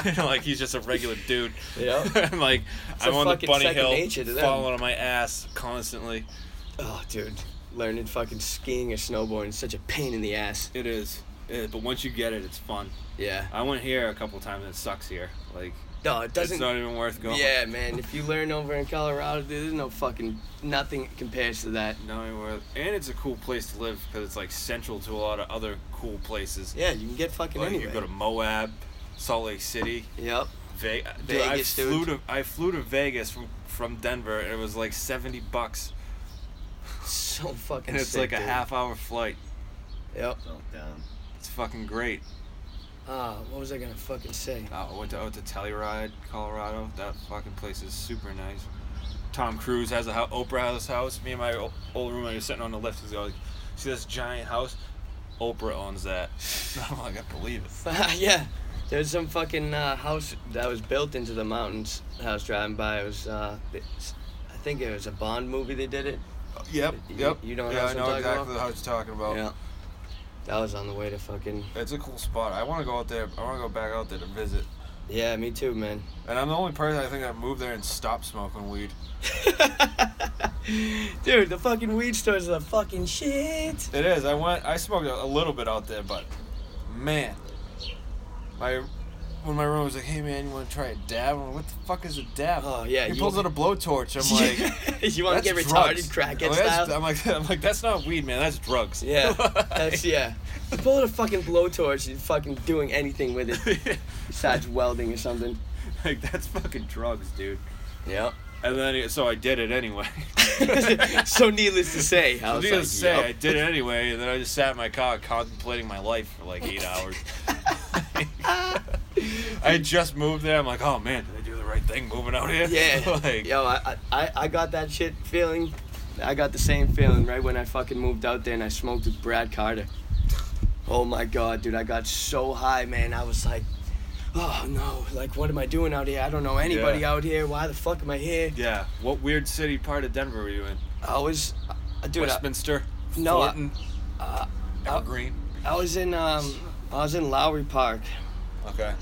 [SPEAKER 2] like he's just a regular dude.
[SPEAKER 1] Yeah.
[SPEAKER 2] I'm like I'm
[SPEAKER 1] a
[SPEAKER 2] on the
[SPEAKER 1] fucking
[SPEAKER 2] bunny
[SPEAKER 1] second
[SPEAKER 2] hill,
[SPEAKER 1] nature to them.
[SPEAKER 2] falling on my ass constantly.
[SPEAKER 1] Oh, dude. Learning fucking skiing or snowboarding is such a pain in the ass.
[SPEAKER 2] It is. but once you get it, it's fun.
[SPEAKER 1] Yeah.
[SPEAKER 2] I went here a couple times. It sucks here. Like
[SPEAKER 1] No, it doesn't.
[SPEAKER 2] it's not even worth going.
[SPEAKER 1] yeah, man. If you learn over in Colorado, dude, there's no fucking nothing compares to that.
[SPEAKER 2] Not even worth. And it's a cool place to live because it's like central to a lot of other cool places.
[SPEAKER 1] Yeah, you can get fucking
[SPEAKER 2] like
[SPEAKER 1] anywhere.
[SPEAKER 2] you go to Moab, Salt Lake City,
[SPEAKER 1] Yep.
[SPEAKER 2] Ve- uh, dude, I
[SPEAKER 1] Vegas, dude.
[SPEAKER 2] flew to I flew to Vegas from from Denver and it was like seventy bucks
[SPEAKER 1] So fucking.
[SPEAKER 2] and it's
[SPEAKER 1] sick,
[SPEAKER 2] like a
[SPEAKER 1] dude.
[SPEAKER 2] half hour flight.
[SPEAKER 1] Yep.
[SPEAKER 3] Don't down.
[SPEAKER 2] It's fucking great.
[SPEAKER 1] Ah, what was I gonna fucking say?
[SPEAKER 2] Uh, I went to, I went to Telluride, Colorado. That fucking place is super nice. Tom Cruise has a ho- Oprah house house. Me and my o- old roommate are sitting on the lift. He's like, see this giant house? Oprah owns that. I'm like, I believe it.
[SPEAKER 1] yeah. There's some fucking uh, house that was built into the mountains. I was driving by. It was, uh, it's- I think it was a Bond movie. They did it.
[SPEAKER 2] Yep.
[SPEAKER 1] You-
[SPEAKER 2] Yep.
[SPEAKER 1] you know what
[SPEAKER 2] yeah,
[SPEAKER 1] house
[SPEAKER 2] I
[SPEAKER 1] I'm
[SPEAKER 2] know
[SPEAKER 1] talking
[SPEAKER 2] exactly
[SPEAKER 1] about?
[SPEAKER 2] the house you're talking about.
[SPEAKER 1] Yeah. That was on the way to fucking.
[SPEAKER 2] It's a cool spot. I want to go out there. I want to go back out there to visit.
[SPEAKER 1] Yeah, me too, man.
[SPEAKER 2] And I'm the only person I think that moved there and stopped smoking weed.
[SPEAKER 1] Dude, the fucking weed stores are the fucking shit.
[SPEAKER 2] It is. I went. I smoked a a little bit out there, but man, my when my roommate was like, "Hey man, you want to try a dab?" I'm like, "What the fuck is a dab?"
[SPEAKER 1] Oh, yeah,
[SPEAKER 2] He
[SPEAKER 1] you-
[SPEAKER 2] pulls out a blowtorch. I'm like,
[SPEAKER 1] you want
[SPEAKER 2] "That's
[SPEAKER 1] to get
[SPEAKER 2] drugs."
[SPEAKER 1] retarded crackhead
[SPEAKER 2] I'm like, "That's-
[SPEAKER 1] style?
[SPEAKER 2] I'm like, I'm like, that's not weed, man. That's drugs.
[SPEAKER 1] Yeah,
[SPEAKER 2] Like-
[SPEAKER 1] that's yeah. You pull out a fucking blowtorch and fucking doing anything with it besides welding or something.
[SPEAKER 2] like that's fucking drugs, dude.
[SPEAKER 1] Yep.
[SPEAKER 2] And then it- so I did it anyway.
[SPEAKER 1] so needless to say, I
[SPEAKER 2] I
[SPEAKER 1] was
[SPEAKER 2] was
[SPEAKER 1] like,
[SPEAKER 2] gonna say
[SPEAKER 1] yup.
[SPEAKER 2] I did it anyway, and then I just sat in my car contemplating my life for like eight hours. I had just moved there. I'm like, oh man, did I do the right thing moving out here?
[SPEAKER 1] Yeah.
[SPEAKER 2] like,
[SPEAKER 1] Yo, I, I, I got that shit feeling. I got the same feeling right when I fucking moved out there and I smoked with Brad Carter. Oh my god, dude, I got so high, man. I was like, oh no, like what am I doing out here? I don't know anybody
[SPEAKER 2] Yeah.
[SPEAKER 1] out here. Why the fuck am I here?
[SPEAKER 2] yeah. What weird city part of Denver were you in?
[SPEAKER 1] I was, uh, dude, I,
[SPEAKER 2] Westminster.
[SPEAKER 1] no, I-
[SPEAKER 2] Thornton.
[SPEAKER 1] uh, I-
[SPEAKER 2] Evergreen.
[SPEAKER 1] I was in um, I was in Lowry Park.
[SPEAKER 2] okay.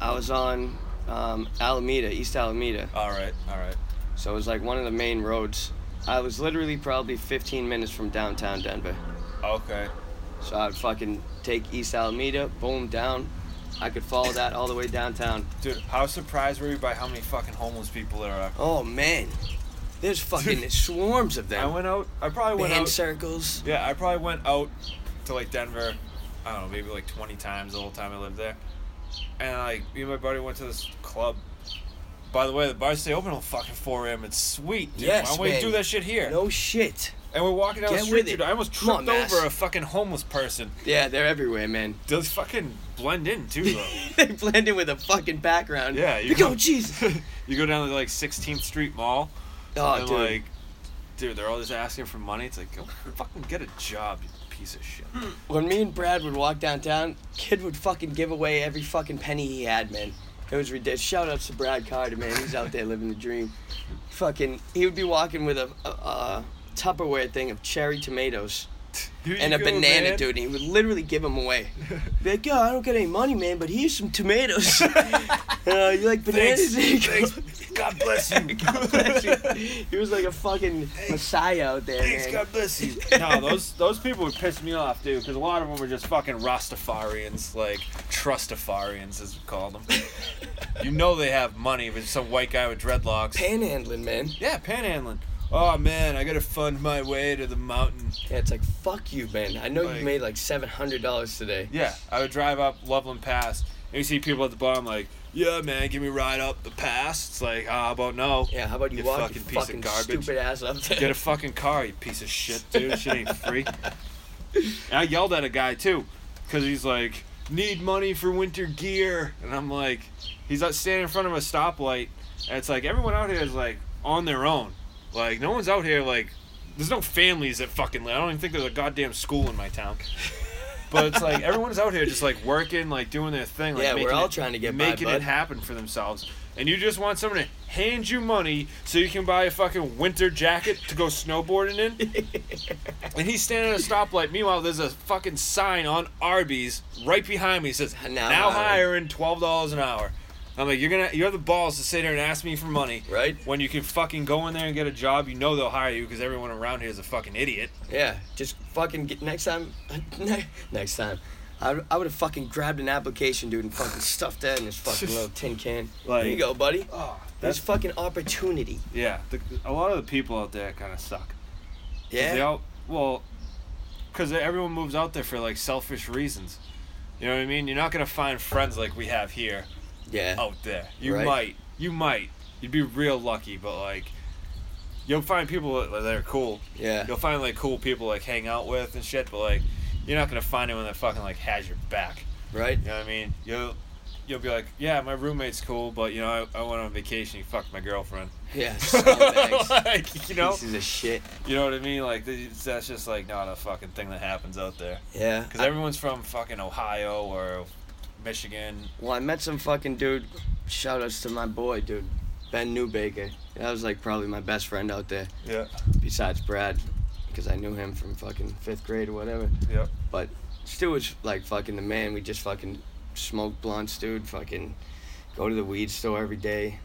[SPEAKER 1] I was on um, Alameda, East Alameda.
[SPEAKER 2] All right. All right.
[SPEAKER 1] So it was like one of the main roads. I was literally probably 15 minutes from downtown Denver.
[SPEAKER 2] Okay.
[SPEAKER 1] So I would fucking take East Alameda, boom, down. I could follow that all the way downtown.
[SPEAKER 2] Dude, how surprised were you by how many fucking homeless people there are?
[SPEAKER 1] Oh man, there's fucking swarms of
[SPEAKER 2] I
[SPEAKER 1] them.
[SPEAKER 2] went out. I probably went
[SPEAKER 1] Band
[SPEAKER 2] out.
[SPEAKER 1] circles.
[SPEAKER 2] Yeah, I probably went out to like Denver. I don't know, maybe like 20 times the whole time I lived there. And like me and my buddy went to this club, By the way, the bars stay open till fucking 4 a.m. It's sweet, dude.
[SPEAKER 1] Yes,
[SPEAKER 2] Why don't we
[SPEAKER 1] man.
[SPEAKER 2] do that shit here?
[SPEAKER 1] No shit.
[SPEAKER 2] And we're walking down
[SPEAKER 1] Get
[SPEAKER 2] the
[SPEAKER 1] with
[SPEAKER 2] street,
[SPEAKER 1] it.
[SPEAKER 2] dude. I almost
[SPEAKER 1] Come on,
[SPEAKER 2] tripped over
[SPEAKER 1] Mass.
[SPEAKER 2] a fucking homeless person.
[SPEAKER 1] Yeah, they're everywhere, man.
[SPEAKER 2] Those fucking blend in too, though.
[SPEAKER 1] they blend in with a fucking background.
[SPEAKER 2] Yeah,
[SPEAKER 1] you,
[SPEAKER 2] you
[SPEAKER 1] go,
[SPEAKER 2] go-
[SPEAKER 1] Jesus.
[SPEAKER 2] you go down to like 16th Street Mall,
[SPEAKER 1] Oh,
[SPEAKER 2] and
[SPEAKER 1] dude.
[SPEAKER 2] like, dude, they're all just asking for money. It's like, go fucking get a job, you piece of shit.
[SPEAKER 1] When me and Brad would walk downtown, kid would fucking give away every fucking penny he had, man. It was ridiculous. Shout outs to Brad Carter, man. He's out there living the dream. Fucking, he would be walking with a, a, a Tupperware thing of cherry tomatoes
[SPEAKER 2] Here
[SPEAKER 1] and
[SPEAKER 2] you
[SPEAKER 1] a
[SPEAKER 2] go,
[SPEAKER 1] banana,
[SPEAKER 2] man.
[SPEAKER 1] dude. And he would literally give them away. Be like, yo, I don't get any money, man, but here's some tomatoes. uh, you like
[SPEAKER 2] Thanks.
[SPEAKER 1] bananas?
[SPEAKER 2] Thanks. God bless you.
[SPEAKER 1] God bless you. He was like a fucking messiah out there,
[SPEAKER 2] Thanks,
[SPEAKER 1] man.
[SPEAKER 2] God bless you. no, those those people would piss me off, dude, because a lot of them were just fucking Rastafarians, like Trustafarians, as we call them. you know they have money, but some white guy with dreadlocks.
[SPEAKER 1] Panhandling, man.
[SPEAKER 2] yeah, panhandling. Oh man, I gotta fund my way to the mountain.
[SPEAKER 1] Yeah, it's like fuck you, man. I know
[SPEAKER 2] Like-
[SPEAKER 1] you made like seven hundred dollars today.
[SPEAKER 2] Yeah, I would drive up Loveland Pass, and you see people at the bottom like, "Yeah, man, give me a ride up the pass." It's like, how about no?
[SPEAKER 1] Yeah, how about you,
[SPEAKER 2] You
[SPEAKER 1] walk
[SPEAKER 2] fucking
[SPEAKER 1] your
[SPEAKER 2] piece of
[SPEAKER 1] fucking
[SPEAKER 2] garbage.
[SPEAKER 1] stupid ass up there?
[SPEAKER 2] Get a fucking car, you piece of shit, dude. Shit ain't free. And I yelled at a guy too, because he's like, need money for winter gear. And I'm like, he's out standing in front of a stoplight. And it's like, everyone out here is like on their own. Like, no one's out here, like, there's no families that fucking live. I don't even think there's a goddamn school in my town. But it's like everyone's out here just like working, like doing their thing. Like
[SPEAKER 1] Yeah, we're
[SPEAKER 2] making
[SPEAKER 1] all
[SPEAKER 2] it-
[SPEAKER 1] trying to get by,
[SPEAKER 2] making
[SPEAKER 1] bud.
[SPEAKER 2] it happen for themselves. And you just want someone to hand you money so you can buy a fucking winter jacket to go snowboarding in. And he's standing at a stoplight. Meanwhile, there's a fucking sign on Arby's right behind me. It says
[SPEAKER 1] Now
[SPEAKER 2] now,
[SPEAKER 1] hiring."
[SPEAKER 2] hiring twelve dollars an hour. I'm like, you're gonna, you have the balls to sit here and ask me for money,
[SPEAKER 1] Right.
[SPEAKER 2] When you can fucking go in there and get a job, you know they'll hire you because everyone around here is a fucking idiot.
[SPEAKER 1] yeah, just fucking get next time. ne- next time, I, I would have fucking grabbed an application, dude, and fucking stuffed that in this fucking little tin can.
[SPEAKER 2] Like-
[SPEAKER 1] Here you go, buddy.
[SPEAKER 2] Oh,
[SPEAKER 1] There's fucking opportunity.
[SPEAKER 2] yeah. The, a lot of the people out there kind of suck. They
[SPEAKER 1] Yeah.
[SPEAKER 2] all well, because everyone moves out there for like selfish reasons. You know what I mean? You're not gonna find friends like we have here
[SPEAKER 1] Yeah.
[SPEAKER 2] out there. You
[SPEAKER 1] Right.
[SPEAKER 2] might, you might, you'd be real lucky, but like, you'll find people that that are cool.
[SPEAKER 1] Yeah.
[SPEAKER 2] You'll find like cool people like hang out with and shit, but like, you're not gonna find anyone that fucking like has your back.
[SPEAKER 1] Right.
[SPEAKER 2] You know what I mean? You'll you'll be like, yeah, my roommate's cool, but you know, I, I went on vacation. He fucked my girlfriend.
[SPEAKER 1] Yeah. Scumbags.
[SPEAKER 2] like, you know,
[SPEAKER 1] Pieces of shit.
[SPEAKER 2] you know what I mean? Like, th- that's just like not a fucking thing that happens out there.
[SPEAKER 1] Yeah.
[SPEAKER 2] Because everyone's from fucking Ohio or Michigan.
[SPEAKER 1] Well, I met some fucking dude. Shout outs to my boy, dude, Ben Newbaker. That was like probably my best friend out there,
[SPEAKER 2] Yeah.
[SPEAKER 1] besides Brad, because I knew him from fucking fifth grade or whatever.
[SPEAKER 2] Yep.
[SPEAKER 1] But Stu was like fucking the man. We just fucking smoked blunts, dude. Fucking go to the weed store every day.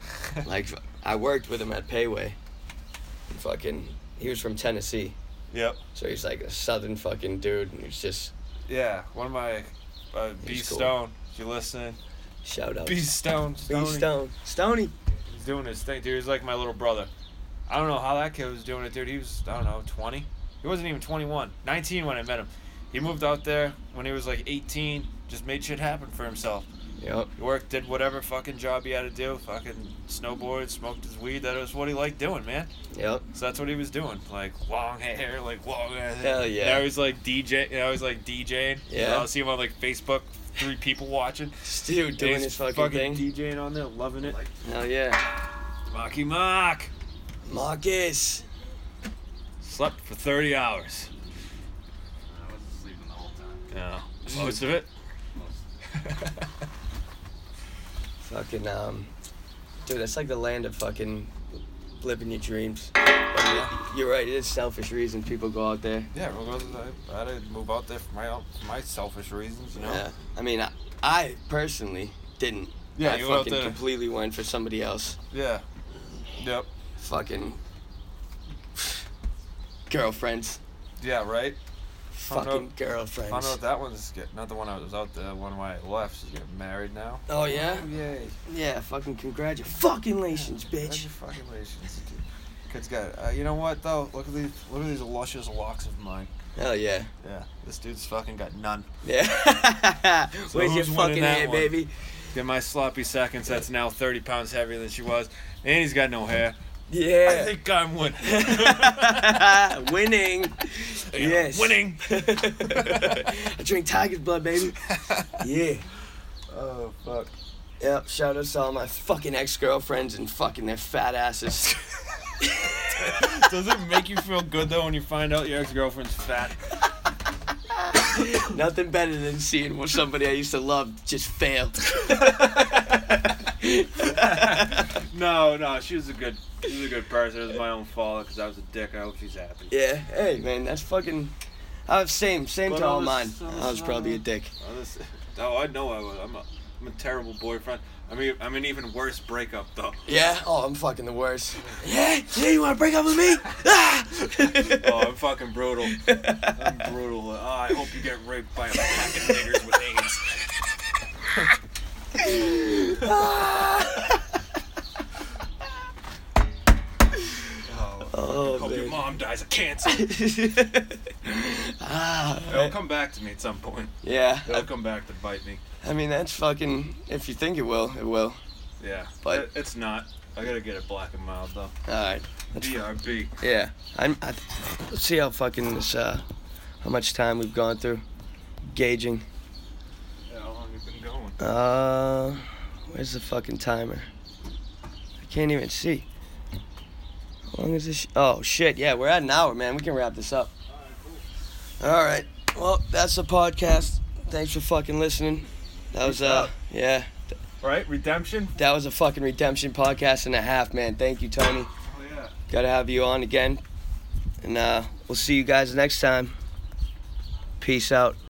[SPEAKER 1] like I worked with him at Payway. Fucking, he was from Tennessee,
[SPEAKER 2] Yep.
[SPEAKER 1] so he's like a southern fucking dude, and he's just
[SPEAKER 2] Yeah, one of my uh, B
[SPEAKER 1] He's cool.
[SPEAKER 2] Stone. If you listening,
[SPEAKER 1] shout out.
[SPEAKER 2] B Stone,
[SPEAKER 1] B
[SPEAKER 2] Stoney.
[SPEAKER 1] Stone. Stony.
[SPEAKER 2] He's doing his thing, dude. He's like my little brother. I don't know how that kid was doing it, dude. He was I don't know, 20. He wasn't even 21, 19 when I met him. He moved out there when he was like 18. Just made shit happen for himself.
[SPEAKER 1] Yep.
[SPEAKER 2] He worked, did whatever fucking job he had to do. Fucking snowboard, smoked his weed. That was what he liked doing, man.
[SPEAKER 1] Yep.
[SPEAKER 2] So that's what he was doing. Like long hair, like long hair.
[SPEAKER 1] Hell yeah.
[SPEAKER 2] Now he's like DJ. Now he's like DJing.
[SPEAKER 1] Yeah.
[SPEAKER 2] Now I'll see him on like Facebook. Three people watching.
[SPEAKER 1] Stu doing
[SPEAKER 2] He's
[SPEAKER 1] his fucking thing.
[SPEAKER 2] DJing on there, loving it.
[SPEAKER 1] Hell yeah.
[SPEAKER 2] Mocky Mock
[SPEAKER 1] Marcus.
[SPEAKER 2] slept for 30 hours.
[SPEAKER 3] I was sleeping the whole time.
[SPEAKER 2] Yeah. Most of it.
[SPEAKER 3] Most
[SPEAKER 1] Fucking, um. Dude, that's like the land of fucking living your dreams. But you're- you're right, it is selfish reason people go out there.
[SPEAKER 2] yeah, because I, I had to move out there for my own- for my selfish reasons, you know.
[SPEAKER 1] Yeah. I mean, I, I personally didn't.
[SPEAKER 2] Yeah,
[SPEAKER 1] I
[SPEAKER 2] you went out
[SPEAKER 1] fucking
[SPEAKER 2] there.
[SPEAKER 1] completely went for somebody else.
[SPEAKER 2] Yeah. Yep.
[SPEAKER 1] Fucking. Girlfriends.
[SPEAKER 2] Yeah. Right. don't know-
[SPEAKER 1] Fucking
[SPEAKER 2] I don't know
[SPEAKER 1] girlfriends.
[SPEAKER 2] what that one's get. Not the one I was out there. The one why I left. She's getting married now.
[SPEAKER 1] Oh, yeah?
[SPEAKER 2] Yay.
[SPEAKER 1] Yeah, fucking congratulations. Fucking lations, bitch.
[SPEAKER 2] Congratulations, dude. Kid's got. Uh, you know what though? Look at these. Look at these luscious locks of mine.
[SPEAKER 1] Hell yeah.
[SPEAKER 2] Yeah. This dude's fucking got none.
[SPEAKER 1] Yeah. Where's your
[SPEAKER 2] who's winning
[SPEAKER 1] fucking
[SPEAKER 2] that
[SPEAKER 1] hair,
[SPEAKER 2] one?
[SPEAKER 1] baby?
[SPEAKER 2] Get my sloppy seconds that's now 30 pounds heavier than she was. And he's got no hair.
[SPEAKER 1] Yeah.
[SPEAKER 2] I think I'm winning.
[SPEAKER 1] Winning. Yes.
[SPEAKER 2] Winning.
[SPEAKER 1] I drink tiger's blood, baby. Yeah.
[SPEAKER 2] oh, fuck.
[SPEAKER 1] Yep. Shout out to all my fucking ex girlfriends and fucking their fat asses.
[SPEAKER 2] Does it make you feel good, though, when you find out your ex girlfriend's fat?
[SPEAKER 1] Nothing better than seeing what somebody I used to love just fail.
[SPEAKER 2] No, no, she was a good, she was a good person. It was my own fault because I was a dick. I hope she's happy.
[SPEAKER 1] yeah. Hey, man, that's fucking. I was same, same
[SPEAKER 2] But
[SPEAKER 1] to
[SPEAKER 2] I
[SPEAKER 1] all
[SPEAKER 2] was-
[SPEAKER 1] mine.
[SPEAKER 2] I was
[SPEAKER 1] I was probably a
[SPEAKER 2] not-
[SPEAKER 1] dick.
[SPEAKER 2] Oh, this- oh, I know I was. I'm a, I'm a terrible boyfriend. I mean, I'm an even worse breakup though.
[SPEAKER 1] Yeah. Oh, I'm fucking the worst. Yeah. Yeah. You want to break up with me? Ah!
[SPEAKER 2] Oh, I'm fucking brutal. I'm brutal. Oh, I hope you get raped by a fucking niggers with AIDS.
[SPEAKER 1] Ah.
[SPEAKER 2] Oh,
[SPEAKER 1] Oh,
[SPEAKER 2] hope your
[SPEAKER 1] man.
[SPEAKER 2] mom dies of cancer. It'll
[SPEAKER 1] ah,
[SPEAKER 2] come back to me at some point.
[SPEAKER 1] yeah.
[SPEAKER 2] It'll come back to bite me.
[SPEAKER 1] I mean, that's fucking. If you think it will, it will.
[SPEAKER 2] Yeah,
[SPEAKER 1] But-
[SPEAKER 2] it- it's not. I gotta get it black and mild though.
[SPEAKER 1] All right.
[SPEAKER 2] DRB.
[SPEAKER 1] Yeah. I'm, I, let's see how fucking this. Uh, how much time we've gone through, gauging.
[SPEAKER 2] How long you been going?
[SPEAKER 1] Uh, where's the fucking timer? I can't even see. How long is this? Sh- oh shit! Yeah, we're at an hour, man. We can wrap this up. All right. Well, that's the podcast. Thanks for fucking listening. That was uh, yeah,
[SPEAKER 2] Right, redemption.
[SPEAKER 1] that was a fucking redemption podcast and a half, man. Thank you, Tony.
[SPEAKER 2] Oh yeah.
[SPEAKER 1] Got to have you on again, and uh, we'll see you guys next time. Peace out.